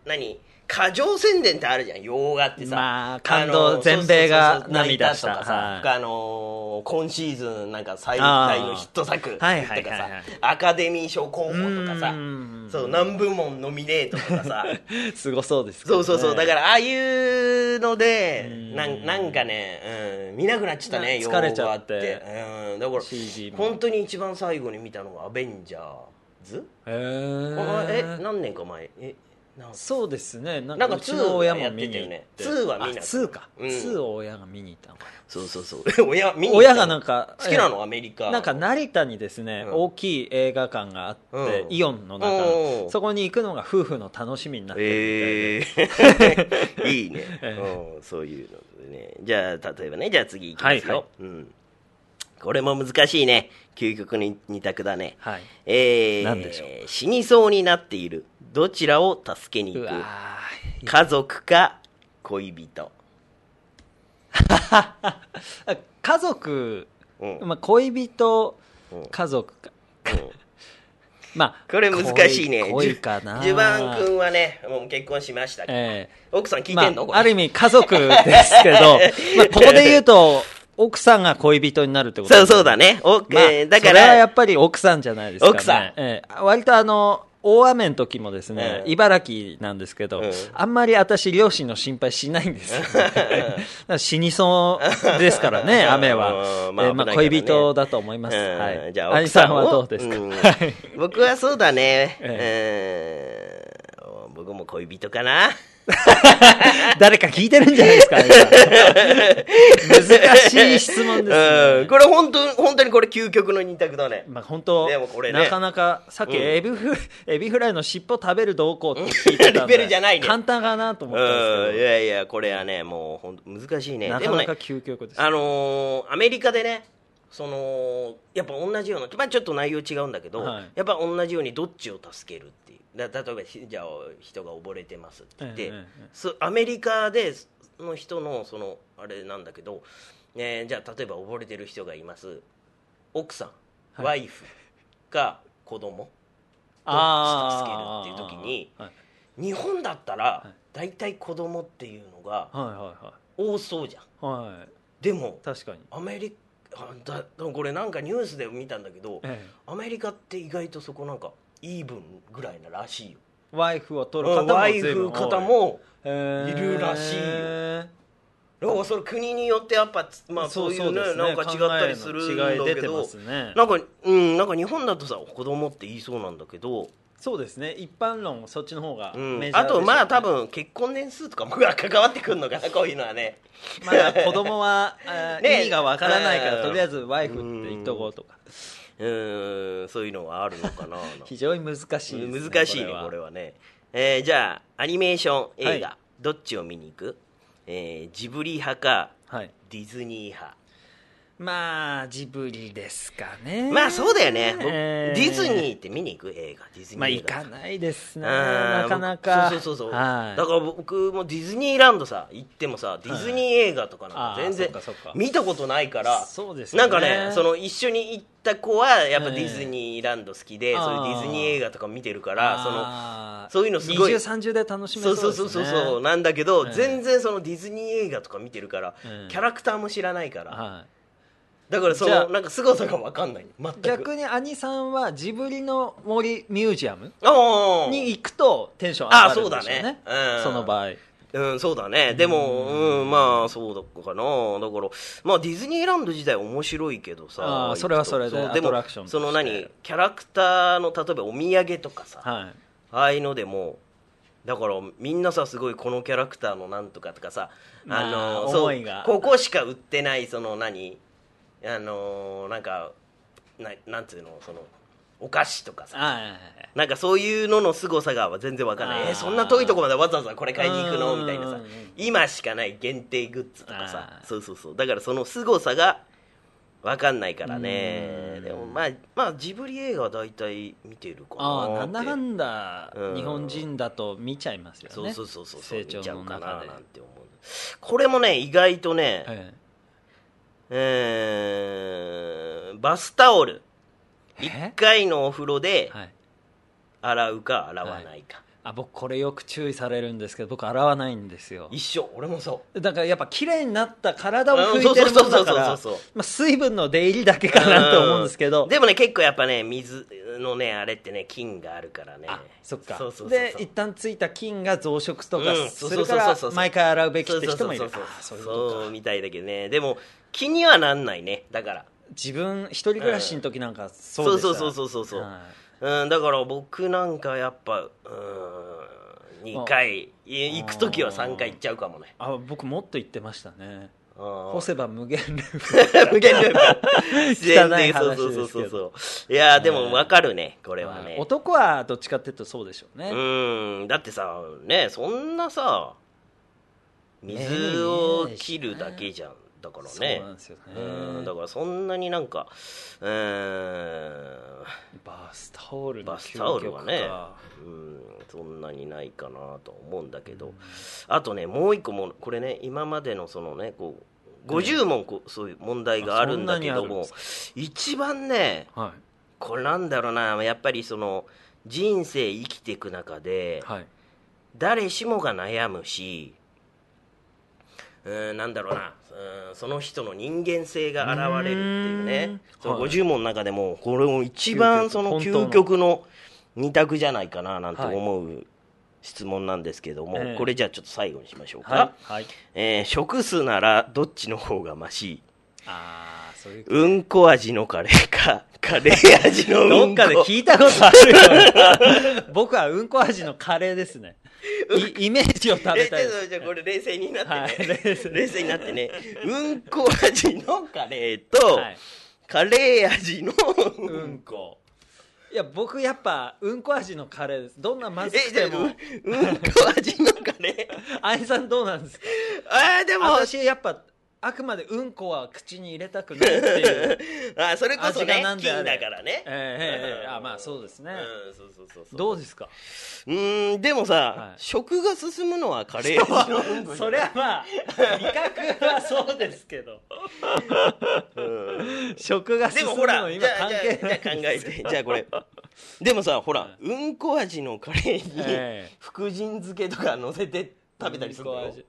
Speaker 1: 何過剰宣伝ってあるじゃん洋画ってさ、
Speaker 2: まあ
Speaker 1: あ
Speaker 2: 感
Speaker 1: の
Speaker 2: 動全米
Speaker 1: そう
Speaker 2: が
Speaker 1: そうそう
Speaker 2: 涙した
Speaker 1: 泣いとかさ
Speaker 2: はい
Speaker 1: あのー今シーズンなんか最大のヒット作とかさ、
Speaker 2: はいはいはいはい
Speaker 1: アカデミー賞候補とかさ
Speaker 2: うん
Speaker 1: そう何部門ノミネートとか さ
Speaker 2: すごそうですけど
Speaker 1: そ
Speaker 2: ね
Speaker 1: うそうそう、だからああいうので
Speaker 2: ん
Speaker 1: なんなんかね、うん、見なくなっちゃったね
Speaker 2: な疲れちゃって
Speaker 1: 洋画って、うん、だから
Speaker 2: CG も
Speaker 1: 本当に一番最後に見たのが「アベンジャーズ」
Speaker 2: へ
Speaker 1: あえ
Speaker 2: ー
Speaker 1: 何年か前えなん
Speaker 2: そうですねなん
Speaker 1: なんか
Speaker 2: かうちの親も見に
Speaker 1: ツー
Speaker 2: 行
Speaker 1: は
Speaker 2: っ
Speaker 1: やっててたよねツーは見なかった
Speaker 2: あツーか、
Speaker 1: うん
Speaker 2: ツーを親が見に行ったのかな
Speaker 1: そうそうそう 親見に行った
Speaker 2: 親がなんか
Speaker 1: 好きなのアメリカ
Speaker 2: なんか成田にですね、
Speaker 1: うん
Speaker 2: 大きい映画館があって、
Speaker 1: うん
Speaker 2: イオンの中
Speaker 1: おうお
Speaker 2: の
Speaker 1: う
Speaker 2: そこに行くのが夫婦の楽しみになってるみたいで、
Speaker 1: え ー、いいね、うん、そういうのでねじゃあ例えばねじゃあ次いきますよ、
Speaker 2: はいはい
Speaker 1: うん、これも難しいね究極に二択だね
Speaker 2: はい
Speaker 1: えー、
Speaker 2: 何でしょ
Speaker 1: 死にそうになっているどちらを助けに
Speaker 2: う
Speaker 1: 行
Speaker 2: わ
Speaker 1: く
Speaker 2: ー
Speaker 1: 家族か恋人
Speaker 2: あ家族、
Speaker 1: うん
Speaker 2: まあ、恋人
Speaker 1: うん
Speaker 2: 家族かまあ
Speaker 1: これ難しいね。
Speaker 2: 恋恋かな
Speaker 1: ジュバン君はね、もう結婚しましたけど、
Speaker 2: ええ
Speaker 1: 奥さん聞い
Speaker 2: ま
Speaker 1: てんの、こ
Speaker 2: あ、
Speaker 1: れ
Speaker 2: ある意味家族ですけど まあここで言うと奥さんが恋人になるってこと
Speaker 1: そうそうだね。お
Speaker 2: まあ
Speaker 1: えーだか
Speaker 2: それはや
Speaker 1: ら、
Speaker 2: っぱり奥さんじゃないですか、ね、
Speaker 1: 奥さん
Speaker 2: ええ割とあの大雨の時もですね、
Speaker 1: うん
Speaker 2: 茨城なんですけど、
Speaker 1: うん
Speaker 2: あんまり私両親の心配しないんですよ、ね、だ から死にそうですからね雨は、
Speaker 1: うんまあ
Speaker 2: ええ
Speaker 1: 危ないか
Speaker 2: まあ
Speaker 1: らね
Speaker 2: 恋人だと思います、
Speaker 1: うん
Speaker 2: はい、
Speaker 1: じゃあ
Speaker 2: 兄
Speaker 1: 奥さ
Speaker 2: さ
Speaker 1: ん
Speaker 2: ん
Speaker 1: を
Speaker 2: はどうですか、
Speaker 1: うん
Speaker 2: はい
Speaker 1: 僕はそうだね。うん僕も恋人かな。
Speaker 2: 誰か聞いてるんじゃないです か今難しい質問ですね、
Speaker 1: うんこれ本当、本当にこれ究極の二択だね。
Speaker 2: まあ本当、
Speaker 1: でもこれね
Speaker 2: なかなかさっきエビフ、 エビフライの尻尾食べるどうこうって聞いてたんで
Speaker 1: レベルじゃないね
Speaker 2: 簡単かなと
Speaker 1: う
Speaker 2: 思
Speaker 1: ん、い
Speaker 2: ったんです
Speaker 1: やいや、これはね、もう本当難しい
Speaker 2: け
Speaker 1: ね。
Speaker 2: ど、な
Speaker 1: で
Speaker 2: か
Speaker 1: も
Speaker 2: な
Speaker 1: ね
Speaker 2: か、究極です、
Speaker 1: あのーアメリカでねそのやっぱ同じような、まあ、ちょっと内容違うんだけど、
Speaker 2: はい
Speaker 1: やっぱ同じようにどっちを助けるっていうだ例えばひじゃあ人が溺れてますって言って、
Speaker 2: ええええ
Speaker 1: そアメリカでその人のそのあれなんだけど、えーじゃあ例えば溺れてる人がいます奥さん、
Speaker 2: は
Speaker 1: ワイフか子供
Speaker 2: あー
Speaker 1: どっち助けるっていう時に
Speaker 2: はい
Speaker 1: 日本だったら大体子供っていうのが
Speaker 2: はいは
Speaker 1: 多そうじゃん
Speaker 2: いはいはい
Speaker 1: でも
Speaker 2: 確かに、
Speaker 1: アメリカだこれなんかニュースで見たんだけど
Speaker 2: ええ
Speaker 1: アメリカって意外とそこなんかイーブンぐらいならしいよ
Speaker 2: ワイフを取る方も
Speaker 1: ワイ
Speaker 2: 随分
Speaker 1: フ
Speaker 2: 多
Speaker 1: 方も
Speaker 2: いへー
Speaker 1: いるらしいよだからそれ国によってやっぱつまあそういうね
Speaker 2: です
Speaker 1: なんか違ったりするんだ
Speaker 2: 考えの違い
Speaker 1: け
Speaker 2: 出てま
Speaker 1: ど
Speaker 2: すね
Speaker 1: なんかうんなんか日本だとさ子供って言いそうなんだけど、
Speaker 2: そうですね一般論そっちの方が
Speaker 1: う
Speaker 2: メ
Speaker 1: ん
Speaker 2: ジャーでしょう
Speaker 1: あ
Speaker 2: ね、
Speaker 1: とまあ多分結婚年数とかも関わってくるのかなこういうのはね
Speaker 2: まだ子 供は、あー
Speaker 1: ね
Speaker 2: 意味がわからないか
Speaker 1: うん
Speaker 2: らとりあえずワイフって言っとこうとか
Speaker 1: うんそういうのはあるのか な
Speaker 2: 非常に難しいです、ね、
Speaker 1: 難しいねこれはね、えーじゃあアニメーション映画、
Speaker 2: は
Speaker 1: どっちを見に行く、えージブリ派か
Speaker 2: はい
Speaker 1: ディズニー派
Speaker 2: まあジブリですかね
Speaker 1: まあそうだよね、僕
Speaker 2: え
Speaker 1: ディズニーって見に行く映画ディズニー
Speaker 2: まあ
Speaker 1: 映
Speaker 2: 行
Speaker 1: 画
Speaker 2: かないですね
Speaker 1: あー
Speaker 2: なかなか
Speaker 1: そうそうそうそう、
Speaker 2: はい
Speaker 1: だから僕もディズニーランドさ行ってもさディズニー映画とかなんか
Speaker 2: あー
Speaker 1: 全然
Speaker 2: そっかそっか
Speaker 1: 見たことないから
Speaker 2: そうですよ
Speaker 1: な
Speaker 2: ね
Speaker 1: んかねその一緒に行った子はやっぱディズニーランド好きで、
Speaker 2: ええ
Speaker 1: そういうディズニー映画とか見てるからその
Speaker 2: あー
Speaker 1: そういうのすごい
Speaker 2: 2030で楽しめ
Speaker 1: そ
Speaker 2: そううです
Speaker 1: そう
Speaker 2: ね
Speaker 1: そうそうそうなんだけど、
Speaker 2: ええ
Speaker 1: 全然そのディズニー映画とか見てるから、
Speaker 2: ええ
Speaker 1: キャラクターも知らないから
Speaker 2: は
Speaker 1: だからそ
Speaker 2: じゃ
Speaker 1: の
Speaker 2: あ
Speaker 1: なんか凄さが分かんない全
Speaker 2: い、
Speaker 1: く
Speaker 2: 逆に兄さんはジブリの森ミュージアム
Speaker 1: あ
Speaker 2: に
Speaker 1: に、
Speaker 2: 行くとテンション上がるん
Speaker 1: あーそ
Speaker 2: でしょ
Speaker 1: うだ
Speaker 2: う
Speaker 1: ね
Speaker 2: ね
Speaker 1: うん
Speaker 2: その場合
Speaker 1: うん、そうだねでもうん、まあそうだかなだからまあディズニーランド自体面白いけどさ
Speaker 2: ああそれはそれで
Speaker 1: う
Speaker 2: アトラクションとして
Speaker 1: その何キャラクターの例えばお土産とかさ、
Speaker 2: はい
Speaker 1: ああいうのでもだからみんなさすごいこのキャラクターのなんとかとかさ、
Speaker 2: まあ
Speaker 1: のそう
Speaker 2: 思いが
Speaker 1: ここしか売ってないその何あのなんかななんていうのそのお菓子とかさ
Speaker 2: はいはいはい
Speaker 1: なんかそういうのの凄さが全然わかんない
Speaker 2: あー
Speaker 1: えそんな遠いとこまでわざわざこれ買いに行くの
Speaker 2: うん
Speaker 1: みたいなさ今しかない限定グッズとかさ
Speaker 2: あー
Speaker 1: そうそうそうだからその凄さがわかんないからねでもまあまあジブリ映画は大体見てるかな
Speaker 2: あ
Speaker 1: っ
Speaker 2: あなん
Speaker 1: て
Speaker 2: だかんだ
Speaker 1: うん
Speaker 2: 日本人だと見ちゃいますよね
Speaker 1: そうそうそうそう
Speaker 2: 成長の
Speaker 1: 見ちゃうか
Speaker 2: 中
Speaker 1: な
Speaker 2: で
Speaker 1: なんて思うこれもね意外とね、
Speaker 2: え
Speaker 1: えーバスタオル
Speaker 2: え
Speaker 1: 1回のお風呂で
Speaker 2: えはい
Speaker 1: 洗うか洗わないか、
Speaker 2: あ僕これよく注意されるんですけど僕洗わないんですよ
Speaker 1: 一緒俺もそう
Speaker 2: だからやっぱ綺麗になった体を拭いてるものだか
Speaker 1: うん
Speaker 2: ら
Speaker 1: そうそうそうそうそう
Speaker 2: まあ水分の出入りだけかなと思うんですけど
Speaker 1: でもね結構やっぱね水のねあれってね菌があるからね
Speaker 2: あそっか
Speaker 1: そうそうそうそう
Speaker 2: で一旦ついた菌が増殖と
Speaker 1: うん
Speaker 2: か
Speaker 1: そ
Speaker 2: す
Speaker 1: うそうそうそう
Speaker 2: るから毎回洗うべき
Speaker 1: そ
Speaker 2: っ
Speaker 1: う
Speaker 2: て
Speaker 1: そうそ
Speaker 2: 人も
Speaker 1: う
Speaker 2: い
Speaker 1: そうそう
Speaker 2: るあーそういうことか
Speaker 1: そうみたいだけどねでも気にはなんないねだから
Speaker 2: 自分一人暮らしの時なんかそうでした
Speaker 1: そうそうそうそうそう
Speaker 2: はい
Speaker 1: うん、だから僕なんかやっぱうん2回い行く時は3回行っちゃうかもね
Speaker 2: あ僕もっと言ってましたね
Speaker 1: 干
Speaker 2: 干せば無限ルーム
Speaker 1: 無限ルーム全然
Speaker 2: 汚い話
Speaker 1: そうそう
Speaker 2: です
Speaker 1: そ
Speaker 2: け
Speaker 1: う
Speaker 2: ど
Speaker 1: そういやーでも分かるねこれは
Speaker 2: は
Speaker 1: ね
Speaker 2: い男はどっちかっていうとそうでしょうね、
Speaker 1: うんだってさねそんなさ水を切るだけじゃんだから
Speaker 2: そう
Speaker 1: ね
Speaker 2: なんですよね
Speaker 1: うんだからそんなになんかうん
Speaker 2: バスタオルの
Speaker 1: バスタオルはね
Speaker 2: 究極か
Speaker 1: うんそんなにないかなと思うんだけどあとねもう一個もこれね今までのそのねこう50問こうそういう問題があるんだけど
Speaker 2: あそんなにあるん
Speaker 1: も
Speaker 2: で
Speaker 1: 一番ね
Speaker 2: はい
Speaker 1: これなんだろうなやっぱりその人生生きていく中で、
Speaker 2: はい
Speaker 1: 誰しもが悩むしうーんなんだろうなうーんその人の人間性が現れるっていう
Speaker 2: うーん
Speaker 1: ねその
Speaker 2: はい
Speaker 1: 50問の中でもこれも一
Speaker 2: 究極
Speaker 1: 番その
Speaker 2: 本当の
Speaker 1: 究極の2択じゃないかななんて思う質問なんですけども、
Speaker 2: ええ
Speaker 1: これじゃあちょっと最後にしましょうか、
Speaker 2: はいはい
Speaker 1: えー食すならどっちの方がましい
Speaker 2: ああそういう
Speaker 1: うんこ味のカレーかカレー味のう
Speaker 2: どっ
Speaker 1: んこ
Speaker 2: かで聞いたことあるよ僕はうんこ味のカレーですねいイメージを食べ
Speaker 1: え
Speaker 2: たいで
Speaker 1: ちょっ
Speaker 2: す
Speaker 1: とじゃあこれ冷静になってね、
Speaker 2: はい冷静に
Speaker 1: 冷静になってねうんこ味のカレーと、
Speaker 2: はい
Speaker 1: カレー味のう
Speaker 2: うん
Speaker 1: んこ、
Speaker 2: こいや僕やっぱうんこ味のカレーですどんなまず
Speaker 1: え
Speaker 2: く
Speaker 1: じゃあ
Speaker 2: て
Speaker 1: うん
Speaker 2: も
Speaker 1: うんこ味のカレ ー
Speaker 2: 愛さんどうなんですか
Speaker 1: あーでも
Speaker 2: 私やっぱあくまでうんこは口に入れたくないっていう
Speaker 1: あーそれこそ
Speaker 2: 味が
Speaker 1: ね
Speaker 2: なんであれ
Speaker 1: 金だからね
Speaker 2: ええええええあまあそうですね
Speaker 1: うんそうそうそうそう
Speaker 2: どうですか
Speaker 1: うーんでもさ、
Speaker 2: はい
Speaker 1: 食が進むのはカレー味のうんこじゃな
Speaker 2: そり
Speaker 1: い
Speaker 2: ゃまあ味覚はそうですけ ど
Speaker 1: うん
Speaker 2: 食が
Speaker 1: で
Speaker 2: 進む
Speaker 1: も
Speaker 2: の
Speaker 1: ほら、じ
Speaker 2: 今
Speaker 1: ゃあ
Speaker 2: 関
Speaker 1: じゃ
Speaker 2: 係
Speaker 1: あじ
Speaker 2: な
Speaker 1: ゃ
Speaker 2: い
Speaker 1: あ考えて、じゃあこれ。でもさ、ほら、うんこ味のカレー
Speaker 2: え
Speaker 1: に、福神漬けとか乗せて食べたりするんだよ。
Speaker 2: う
Speaker 1: うん
Speaker 2: んこ味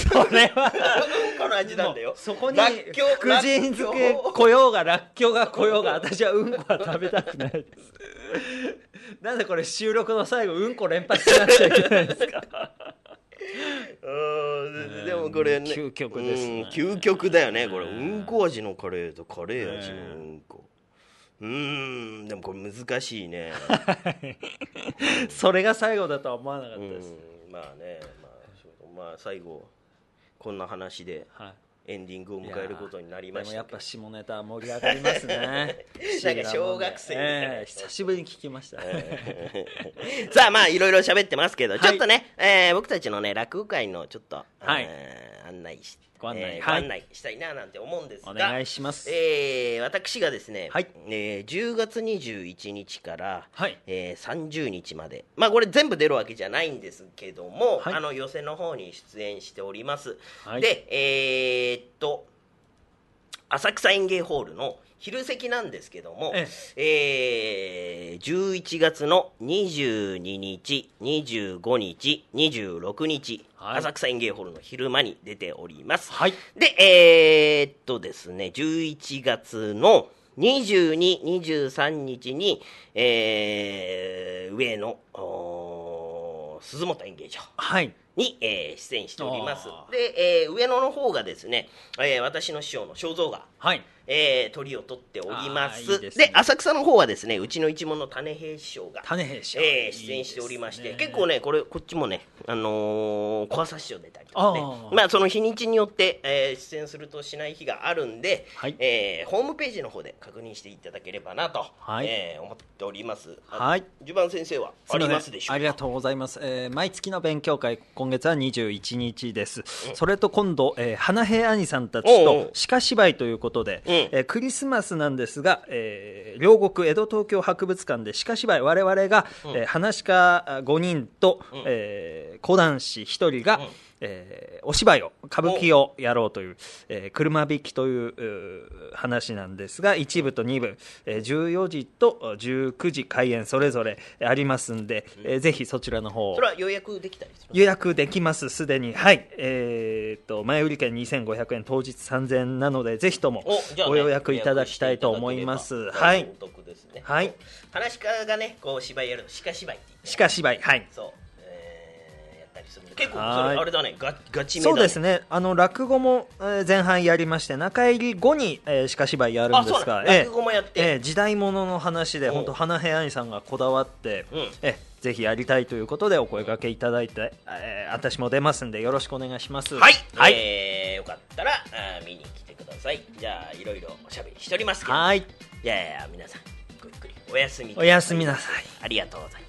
Speaker 2: それは
Speaker 1: この味なんだよ
Speaker 2: もう。そこに
Speaker 1: らっきょう
Speaker 2: 福神漬け
Speaker 1: らっきょう
Speaker 2: 来ようがらっきょうが来ようが私はうんこは食べたくないです なんでこれ収録の最後うんこ連発しなくちゃいけないんですか
Speaker 1: うん、でもこれね。
Speaker 2: うん究極ですね
Speaker 1: うん究極だよね、これ。うんこ味のカレーとカレー味のうんこ。うーん、でもこれ難しい ね。
Speaker 2: それが最後だとは思わなかった
Speaker 1: うん
Speaker 2: です、、
Speaker 1: まあね、まあそう、まあ最後、こんな話で
Speaker 2: はい
Speaker 1: エンディングを迎えることになりまし
Speaker 2: いや
Speaker 1: たけど
Speaker 2: でもやっぱ下ネタ盛り上がりま すね不思議もで
Speaker 1: 小学生みたいな
Speaker 2: ええ久しぶりに聞きました、
Speaker 1: さあまあいろいろ喋ってますけど、
Speaker 2: い
Speaker 1: ちょっとね、えー僕たちのね落語会のちょっと、
Speaker 2: はい
Speaker 1: えー案内し
Speaker 2: ご案内
Speaker 1: えー
Speaker 2: はい
Speaker 1: ご案内したいななんて思うんですが
Speaker 2: お願いします
Speaker 1: えー私がですね、
Speaker 2: はい
Speaker 1: えー10月21日から、
Speaker 2: はい
Speaker 1: えー30日までまあこれ全部出るわけじゃないんですけども、
Speaker 2: はい
Speaker 1: あの寄せの方に出演しております、
Speaker 2: はい
Speaker 1: でえーっと浅草園芸ホールの昼席なんですけども、
Speaker 2: え
Speaker 1: えー11月の22日25日26日、
Speaker 2: はい
Speaker 1: 浅草園芸ホールの昼間に出ております、
Speaker 2: はい
Speaker 1: でえーっとですね11月の2223日に、えー上野おー鈴本演芸場
Speaker 2: はい
Speaker 1: に、えー出演しております
Speaker 2: あー
Speaker 1: で、えー上野の方がですね、えー私の師匠の肖像画
Speaker 2: はい
Speaker 1: えー、鳥を取っておりま
Speaker 2: あ
Speaker 1: す
Speaker 2: ーいいで
Speaker 1: です
Speaker 2: ね
Speaker 1: 浅草の方はですねうちの一門の種平師匠が、
Speaker 2: 種兵士
Speaker 1: えー出演しておりまして結構
Speaker 2: ね
Speaker 1: ねこれこっちもね、あのー、小朝師匠出たりとかね
Speaker 2: あー
Speaker 1: まあ、その日にちによって、えー出演するとしない日があるんで、
Speaker 2: はい
Speaker 1: えーホームページの方で確認していただければなと、
Speaker 2: はい
Speaker 1: えー思っております。、
Speaker 2: はいい
Speaker 1: 序盤先生はありますでしょ
Speaker 2: あ
Speaker 1: う
Speaker 2: り
Speaker 1: か
Speaker 2: がとうございます、えー毎月の勉強会今月は21日です、それと今度、えー、花平兄さんたち
Speaker 1: おうお
Speaker 2: と
Speaker 1: う
Speaker 2: 鹿芝居ということで、
Speaker 1: うん
Speaker 2: えークリスマスなんですが、えー両国江戸東京博物館で鹿芝居我々が、えー、話し家5人と、えー、講談師1人が、えーお芝居を歌舞伎をやろうという、えー車引きといううー話なんですが1部と2部、えー14時と19時開演それぞれありますんで、えーぜひそちらの方
Speaker 1: それは予約できたりする
Speaker 2: 予約できますすでにはいえーっと前売り券2500円当日3000円なのでぜひとも
Speaker 1: おじゃあね
Speaker 2: ご予約いただきたいと思います
Speaker 1: 予約
Speaker 2: は
Speaker 1: して
Speaker 2: い
Speaker 1: ただければお得ですね
Speaker 2: はい
Speaker 1: 話し家がねこう芝居やるの鹿芝居って言って
Speaker 2: 鹿芝居はい
Speaker 1: そう、えーやったりするんで結構そ
Speaker 2: はい
Speaker 1: れあれだねガガチめだ
Speaker 2: そ
Speaker 1: ね
Speaker 2: うですねあの落語もえー前半やりまして中入り後に、えー、鹿芝居やるん
Speaker 1: あ
Speaker 2: で
Speaker 1: そう
Speaker 2: す
Speaker 1: な
Speaker 2: が
Speaker 1: んだ
Speaker 2: ええ
Speaker 1: 落語もやって、
Speaker 2: ええ時代物の話で
Speaker 1: うん
Speaker 2: 本当花平兄さんがこだわって、
Speaker 1: うん
Speaker 2: ええぜひやりたいということでお声掛けいただいて、ええ私も出ますんでよろしくお願いします
Speaker 1: はい、
Speaker 2: はい、
Speaker 1: えーよかったらあー見に来てくださいじゃあいろいろおしゃべりしておりますけど
Speaker 2: はい
Speaker 1: いやいや皆さんごゆっくりおやすみ
Speaker 2: おやすみなさい
Speaker 1: ありがとうございます